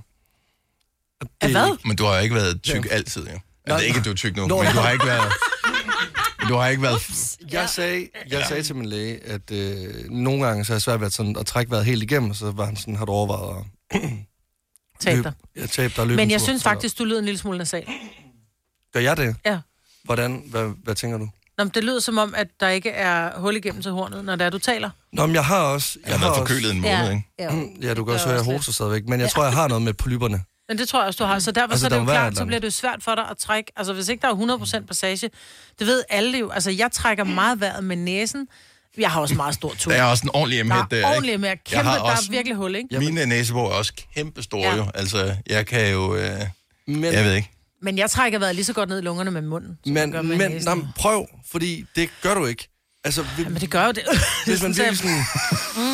[SPEAKER 5] Og
[SPEAKER 3] Ja, hvad?
[SPEAKER 1] Men du har jo ikke været tyk altid, jo. Altså, det er ikke, at du er tyk nu,
[SPEAKER 5] Nå,
[SPEAKER 1] men
[SPEAKER 5] ja.
[SPEAKER 1] du har ikke
[SPEAKER 2] *laughs*
[SPEAKER 1] været... Du har ikke været...
[SPEAKER 5] Jeg sagde, jeg sagde til min læge, at øh, nogle gange så har jeg svært ved at sådan, at trække vejret helt igennem, og så var han sådan, har du overvejet at
[SPEAKER 2] Tab
[SPEAKER 5] løbe-
[SPEAKER 2] dig.
[SPEAKER 5] Jeg tabte dig løb
[SPEAKER 2] Men jeg synes faktisk, du lyder en lille smule nasal.
[SPEAKER 5] Gør jeg det?
[SPEAKER 2] Ja.
[SPEAKER 5] Hvordan? Hvad, hvad tænker du?
[SPEAKER 2] Nå, men det lyder som om, at der ikke er hul igennem til hornet, når det er, du taler.
[SPEAKER 5] Nå, men jeg har også... Jeg
[SPEAKER 1] Jeg har
[SPEAKER 5] har
[SPEAKER 1] været forkølet en måned, ikke?
[SPEAKER 3] ja.
[SPEAKER 5] Også, *clears throat* ja, du kan også
[SPEAKER 2] er
[SPEAKER 5] høre, at
[SPEAKER 2] også
[SPEAKER 5] jeg
[SPEAKER 2] lidt.
[SPEAKER 5] hoster stadigvæk, men jeg tror, jeg har noget med polyperne.
[SPEAKER 2] *laughs* Men det tror jeg også, du har. Så derfor
[SPEAKER 5] Altså,
[SPEAKER 2] altså, så er det
[SPEAKER 5] der
[SPEAKER 2] jo
[SPEAKER 5] må
[SPEAKER 2] klart,
[SPEAKER 5] være et eller
[SPEAKER 2] så bliver det jo svært for dig at trække. Altså, hvis ikke der er 100% passage. Det ved alle jo. Altså, jeg trækker meget vejret med næsen. Jeg har også meget stor tur.
[SPEAKER 1] Der er også en ordentlig
[SPEAKER 2] der er
[SPEAKER 1] emhæt der, ikke?
[SPEAKER 2] ordentligt med at
[SPEAKER 1] Jeg
[SPEAKER 2] kæmpe.
[SPEAKER 1] har
[SPEAKER 2] Der
[SPEAKER 1] også-
[SPEAKER 2] er virkelig hul, ikke?
[SPEAKER 1] Mine næsebor er også kæmpestore,
[SPEAKER 2] Ja.
[SPEAKER 1] jo. Altså, jeg kan jo... Øh,
[SPEAKER 5] Men,
[SPEAKER 1] jeg ved ikke.
[SPEAKER 2] Men jeg trækker vejret lige så godt ned i lungerne med munden. som jeg gør
[SPEAKER 5] men,
[SPEAKER 2] med
[SPEAKER 5] men,
[SPEAKER 2] næsen.
[SPEAKER 5] nej, men prøv, fordi det gør du ikke. Altså, vi,
[SPEAKER 2] Men det gør jo *laughs* det.
[SPEAKER 5] hvis man
[SPEAKER 2] Sådan,
[SPEAKER 5] virkelig sådan...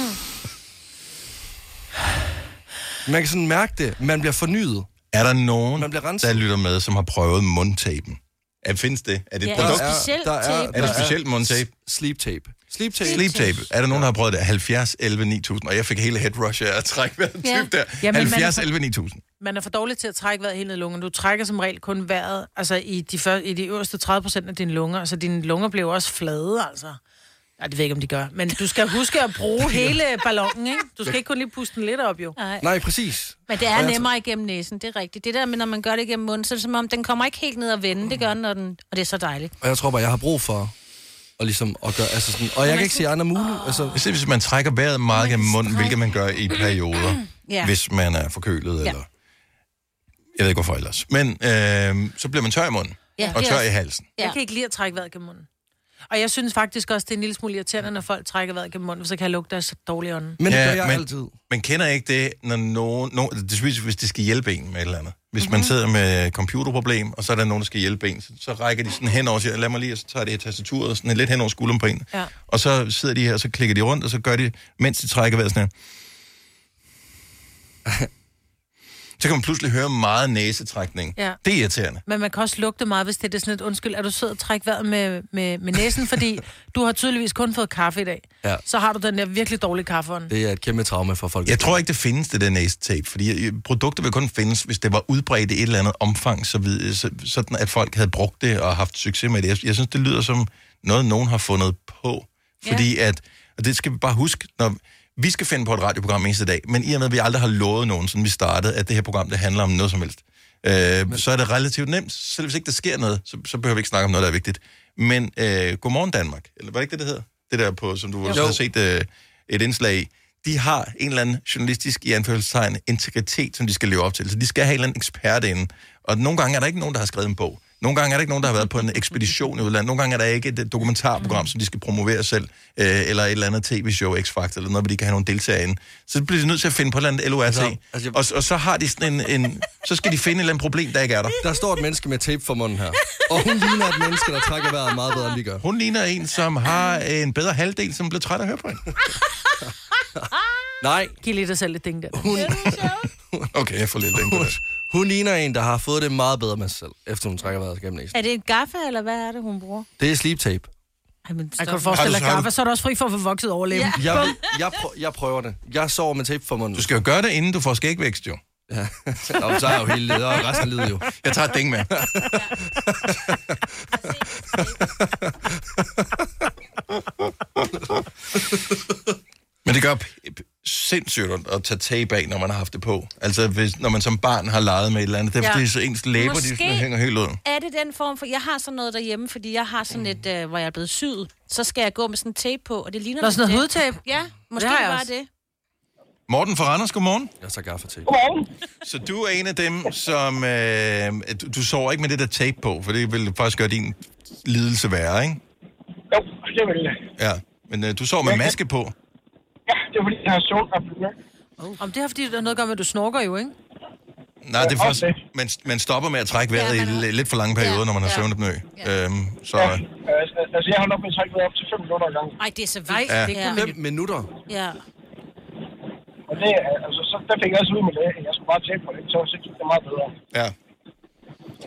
[SPEAKER 5] Man kan sådan mærke det. Man bliver fornyet.
[SPEAKER 1] Er der nogen,
[SPEAKER 5] Man bliver renset.
[SPEAKER 1] der lytter med, som har prøvet mundtapen? Er, findes det? Er det et
[SPEAKER 3] Ja,
[SPEAKER 1] produkt?
[SPEAKER 3] er- Specielt tape.
[SPEAKER 1] Er det specielt mundtape?
[SPEAKER 5] s- Sleep tape. Sleep tape.
[SPEAKER 1] Sleep tape. Er der nogen, der har prøvet det? 70, 11, 9000. Og jeg fik hele head rush af at trække vejret
[SPEAKER 3] Ja.
[SPEAKER 1] dybt der.
[SPEAKER 2] Jamen, man-
[SPEAKER 1] 70, 11, 9000.
[SPEAKER 2] Man er for dårlig til at trække vejret helt ned i lungerne. Du trækker som regel kun vejret altså i de, før, i de øverste 30 procent af dine lunger. Så dine lunger bliver jo også flade, altså. Nej, det ved jeg ikke, om de gør. Men du skal huske at bruge hele ballonen, ikke? Du skal ikke kun lige puste den lidt op, jo.
[SPEAKER 5] Nej, præcis.
[SPEAKER 3] Men det
[SPEAKER 5] Og
[SPEAKER 3] er
[SPEAKER 5] jeg-
[SPEAKER 3] nemmere igennem næsen, det er rigtigt. Det der med, når man gør det igennem munden, så er det som om, den kommer ikke helt ned og vende. Det gør den, når den, og det er så dejligt.
[SPEAKER 5] Og jeg tror bare, jeg har brug for og ligesom at gøre, altså sådan, og jeg kan ikke sige andre muligt. Altså,
[SPEAKER 1] Især hvis man trækker vejret meget gennem munden, hvilket man gør i perioder,
[SPEAKER 5] Ja.
[SPEAKER 1] hvis man er forkølet,
[SPEAKER 5] Ja.
[SPEAKER 1] eller jeg ved ikke hvorfor ellers. Men øh, så bliver man tør i munden, og
[SPEAKER 2] det er
[SPEAKER 1] tør
[SPEAKER 2] også-
[SPEAKER 1] i halsen.
[SPEAKER 2] Jeg kan ikke lide at trække vejret gennem munden. Og jeg synes faktisk også, det er en lille smule irriterende, når folk trækker vejret gennem munden, for så kan jeg lugte deres dårlige ånde.
[SPEAKER 1] men, Man kender ikke det, når nogen, nogen det synes, hvis det skal hjælpe en med et eller andet. Hvis mm-hmm. man
[SPEAKER 2] Mhm.
[SPEAKER 1] sidder med et computerproblem, og så er der nogen, der skal hjælpe en, så, så rækker de sådan hen over, og siger, lad mig lige, og så tager de et tastatur og sådan lidt hen over skulderen på en.
[SPEAKER 2] Ja.
[SPEAKER 1] Og så sidder de her, og så klikker de rundt, og så gør de, mens de trækker vejret sådan her.
[SPEAKER 2] *laughs*
[SPEAKER 1] Så kan man pludselig høre meget næsetrækning.
[SPEAKER 2] Ja.
[SPEAKER 1] Det er irriterende.
[SPEAKER 2] Men man kan også lugte meget, hvis det er det sådan et undskyld. Er du sød at trække vejret med, med, med næsen? Fordi du har tydeligvis kun fået kaffe i dag.
[SPEAKER 5] Ja.
[SPEAKER 2] Så har du den der virkelig dårlige kaffeånd.
[SPEAKER 5] det er et kæmpe traume for folk.
[SPEAKER 1] Jeg tror ikke, det findes, det der næsetape, fordi øh, produkter vil kun findes, hvis det var udbredt i et eller andet omfang, så vid, øh, så, sådan at folk havde brugt det og haft succes med det. Jeg, jeg synes, det lyder som noget, nogen har fundet på, fordi ja. at, og det skal vi bare huske, når vi skal finde på et radioprogram eneste dag, men i og med, at vi aldrig har lovet nogen, siden vi startede, at det her program, det handler om noget som helst, øh, så er det relativt nemt. Selv hvis ikke der sker noget, så, så behøver vi ikke snakke om noget, der er vigtigt. Men øh, Godmorgen Danmark, eller var det ikke det, det hedder? Det der på, som du
[SPEAKER 5] Jo.
[SPEAKER 1] også har set øh, et indslag i. De har en eller anden journalistisk, i anførselstegn, integritet, som de skal leve op til. Så de skal have en eller anden ekspert inde. Og nogle gange er der ikke nogen, der har skrevet en bog. Nogle gange er der ikke nogen, der har været på en ekspedition i udlandet. Nogle gange er der ikke et øh, dokumentarprogram, som de skal promovere selv. Øh, eller et eller andet tv-show, X-Factor, eller noget, hvor de kan have nogle deltagere inde. Så bliver de nødt til at finde på et eller andet LORT.
[SPEAKER 5] Altså,
[SPEAKER 1] Altså, og, og, så har de sådan en, en... Så skal de finde et eller andet problem, der ikke er der.
[SPEAKER 5] Der står et menneske med tape for munden her. Og hun ligner et menneske, der trækker vejret meget bedre, end vi gør.
[SPEAKER 1] Hun ligner en, som har en bedre halvdel, som blev træt af at høre på hende.
[SPEAKER 5] Nej.
[SPEAKER 2] Giv lige dig selv lidt ding der.
[SPEAKER 5] Hun...
[SPEAKER 1] Okay, jeg får lidt længe på det.
[SPEAKER 5] Hun ligner en, der har fået det meget bedre med sig selv, efter hun trækker vejret gennem næsen.
[SPEAKER 3] Er det en gaffe, eller hvad er det, hun bruger?
[SPEAKER 5] Det er sleep tape.
[SPEAKER 3] Ej, men
[SPEAKER 2] Jeg
[SPEAKER 3] stop.
[SPEAKER 2] kan du forestille dig
[SPEAKER 5] Har du- har du-
[SPEAKER 2] kaffe, så er du også fri for at få vokset overlæben.
[SPEAKER 5] Jeg, jeg, jeg, prø- jeg prøver det. Jeg sover med tape for munden. Du
[SPEAKER 1] skal jo gøre det, inden du får skægvækst, jo.
[SPEAKER 5] Ja. *laughs* Nå, men så er jeg jo hele ledet, og resten af livet jo.
[SPEAKER 1] Jeg tager et ding
[SPEAKER 5] *laughs*
[SPEAKER 1] med. Men det gør p- p- sindssygt ondt at tage tape af, når man har haft det på. Altså, hvis, når man som barn har leget med et eller andet. Det er
[SPEAKER 3] Ja.
[SPEAKER 1] fordi, så ens læber, de
[SPEAKER 3] Måske
[SPEAKER 1] sådan hænger helt ud.
[SPEAKER 3] Er det den form for... Jeg har sådan noget derhjemme, fordi jeg har sådan et, øh, hvor jeg er blevet syet. Så skal jeg gå med sådan en tape på, og det ligner...
[SPEAKER 2] Nå,
[SPEAKER 3] lidt
[SPEAKER 2] sådan noget
[SPEAKER 3] det.
[SPEAKER 2] hudtape?
[SPEAKER 3] Ja, måske
[SPEAKER 2] Det har jeg
[SPEAKER 3] bare
[SPEAKER 2] også.
[SPEAKER 3] det.
[SPEAKER 1] Morten fra Randers, godmorgen.
[SPEAKER 5] Jeg tager gaffe tape.
[SPEAKER 1] Så du er en af dem, som... Øh, du, du sover ikke med det der tape på, for det vil faktisk gøre din lidelse værre, ikke?
[SPEAKER 13] Jo, jeg vil.
[SPEAKER 1] Ja. Men øh, du sover med maske på.
[SPEAKER 13] Ja, det var fordi, jeg har sjovt at blive
[SPEAKER 2] Oh. Om det har fordi, det har noget at gøre med, at du snorker jo, ikke?
[SPEAKER 1] Nej, det er først, man, man stopper med at trække vejret ja, i li- lidt for lange perioder, ja, når man har ja. søvnapnø. Ja. Øhm, så, ja.
[SPEAKER 13] Altså, altså, jeg har nok med træk været op til 5 minutter i gang.
[SPEAKER 3] Ej, det er så vildt.
[SPEAKER 1] Ja.
[SPEAKER 3] ja.
[SPEAKER 5] Fem minutter.
[SPEAKER 3] ja.
[SPEAKER 13] Og det, er- altså, så, der fik jeg også ud med det, at jeg skulle bare tænke på det, så, så gik det meget bedre.
[SPEAKER 1] ja.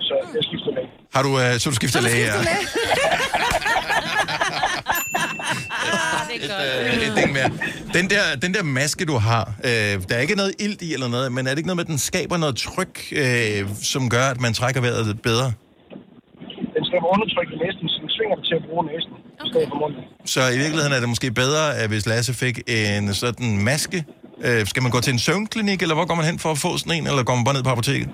[SPEAKER 13] Så jeg skiftede læge.
[SPEAKER 1] Har du, øh, så du skifter læge? Ja. Øh, et ding mere. Den der, den der maske, du har, øh, der er ikke noget ilt i eller noget, men er det ikke noget med, at den skaber noget tryk, øh, som gør, at man trækker vejret lidt bedre?
[SPEAKER 13] Den skaber undertryk i næsten, så den svinger dig til at bruge næsten, okay. i stedet for munden.
[SPEAKER 1] Så i virkeligheden er det måske bedre, at hvis Lasse fik en sådan maske. Øh, skal man gå til en søvnklinik, eller hvor går man hen for at få sådan en, eller går man bare ned på apoteket?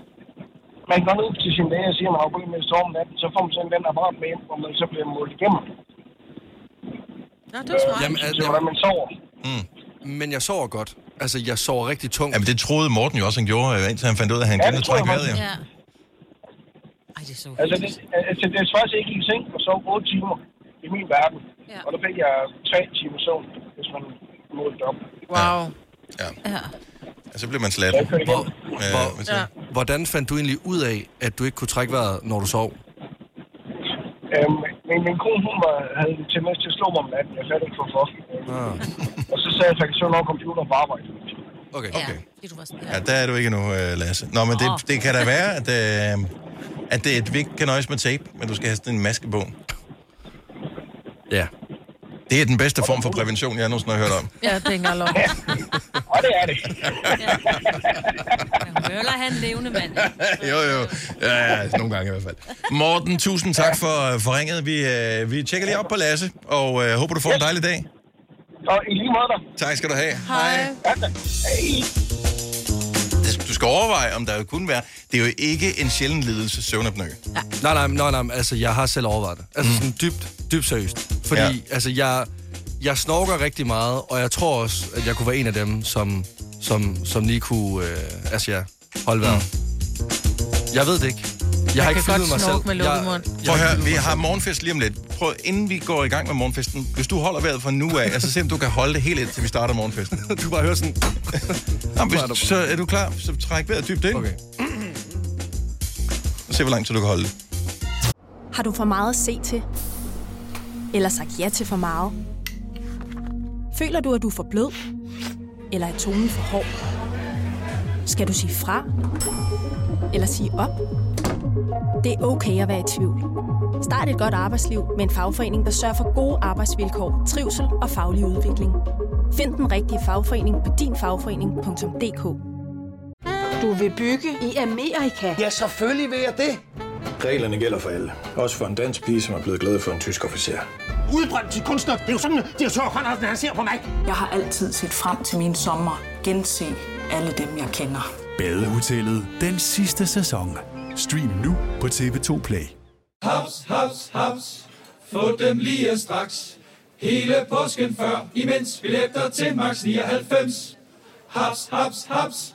[SPEAKER 13] Man går ned til sin læge og siger, at man har problemer med at sove om natten, så får man sådan den apparat med, hvor man så bliver målt igennem.
[SPEAKER 2] Nå, det
[SPEAKER 13] var
[SPEAKER 2] smart.
[SPEAKER 5] Jamen, altså-
[SPEAKER 13] Så hvordan man sover.
[SPEAKER 5] Mm. Men jeg sover godt. Altså, jeg sover rigtig tungt.
[SPEAKER 1] Jamen, det troede Morten jo også, han gjorde, øh, indtil han fandt ud af, at han
[SPEAKER 13] Ja,
[SPEAKER 1] glemte at
[SPEAKER 13] det tror jeg
[SPEAKER 1] trække vejret.
[SPEAKER 13] godt.
[SPEAKER 1] Ja.
[SPEAKER 3] Ej, det er så
[SPEAKER 13] Altså, det, altså, det er faktisk, jeg gik i seng og sov 8 timer i min verden. Ja. Og der fik jeg 3 timer søvn, hvis man målte op.
[SPEAKER 2] Wow.
[SPEAKER 1] Ja.
[SPEAKER 3] ja.
[SPEAKER 1] Og så bliver man slat.
[SPEAKER 5] Hvor, hvor,
[SPEAKER 13] Ja.
[SPEAKER 5] ja. Hvordan fandt du egentlig ud af, at du ikke kunne trække vejret, når du sov?
[SPEAKER 13] Øhm, men min kone, hun var, havde en tendens til at slå mig om natten. Jeg fattede ikke hvorfor.
[SPEAKER 5] Ah.
[SPEAKER 13] Og så sagde jeg, at jeg kan søvn over computeren på arbejde.
[SPEAKER 5] Okay.
[SPEAKER 1] okay. Ja, der er du ikke endnu, øh, Lasse. Nå, men
[SPEAKER 13] Åh.
[SPEAKER 1] det, det kan da være, at, øh, at det, vi ikke kan nøjes med tape, men du skal have sådan en maske på.
[SPEAKER 5] Ja.
[SPEAKER 1] Det er den bedste form for
[SPEAKER 3] *laughs*
[SPEAKER 1] prævention, jeg nogensinde har hørt om.
[SPEAKER 2] Ja, det er ikke engang lov.
[SPEAKER 13] Og det er det.
[SPEAKER 3] Møller, han er en levende mand.
[SPEAKER 1] *laughs* jo, jo. Ja, ja, nogle gange i hvert fald. Morten, tusind tak for, for ringet. Vi, øh, vi tjekker lige op på Lasse, og øh, håber, du får en dejlig dag.
[SPEAKER 13] Og i lige måde da.
[SPEAKER 1] Tak skal du have.
[SPEAKER 13] Hej. Hej.
[SPEAKER 1] Det- Du skal overveje, om der kunne være... Det er jo ikke en sjælden lidelse, søvnapnø.
[SPEAKER 5] Nej, nej, nej, nej, altså jeg har selv overvejet det. Altså sådan dybt, dybt seriøst. Fordi,
[SPEAKER 1] Mm. Ja.
[SPEAKER 5] ja. altså jeg, jeg snorker rigtig meget, og jeg tror også, at jeg kunne være en af dem, som, som, som lige kunne, øh, altså ja, holde vejret. Jeg ved det ikke. Jeg, har
[SPEAKER 1] Jeg
[SPEAKER 5] ikke
[SPEAKER 1] kan
[SPEAKER 5] fundet
[SPEAKER 1] godt
[SPEAKER 5] mig selv.
[SPEAKER 1] snorke med lukket mund. Mm. Prøv at høre, vi har morgenfest lige om lidt. Prøv, inden vi går i gang med morgenfesten, hvis du holder vejret fra nu af, altså se om du kan holde det helt indtil vi starter morgenfesten.
[SPEAKER 5] *laughs*
[SPEAKER 1] du kan bare høre sådan... Nå, hvis, så er du klar, så træk vejret dybt ind. Okay. Og se, hvor lang tid du kan holde det.
[SPEAKER 14] Har du for meget at se til? Eller sagt ja til for meget? Føler du, at du er for blød? Eller er tonen for hård? Skal du sige fra? Eller sige op? Det er okay at være i tvivl. Start et godt arbejdsliv med en fagforening, der sørger for gode arbejdsvilkår, trivsel og faglig udvikling. Find den rigtige fagforening på dinfagforening.dk
[SPEAKER 8] Du vil bygge i Amerika? Ja, selvfølgelig vil jeg det.
[SPEAKER 10] Reglerne gælder for alle. Også for en dansk pige, som er blevet glad for en tysk officer.
[SPEAKER 9] Udbrændt til kunstner. Det er jo sådan, at de har tørt, han, han ser på mig.
[SPEAKER 11] Jeg har altid set frem til min sommer, gense alle dem, jeg kender.
[SPEAKER 15] Badehotellet den sidste sæson. Stream nu på TV2 Play.
[SPEAKER 16] Haps, haps, haps. Få dem lige straks. Hele påsken før, imens vi læfter til max 99. Haps, haps, haps.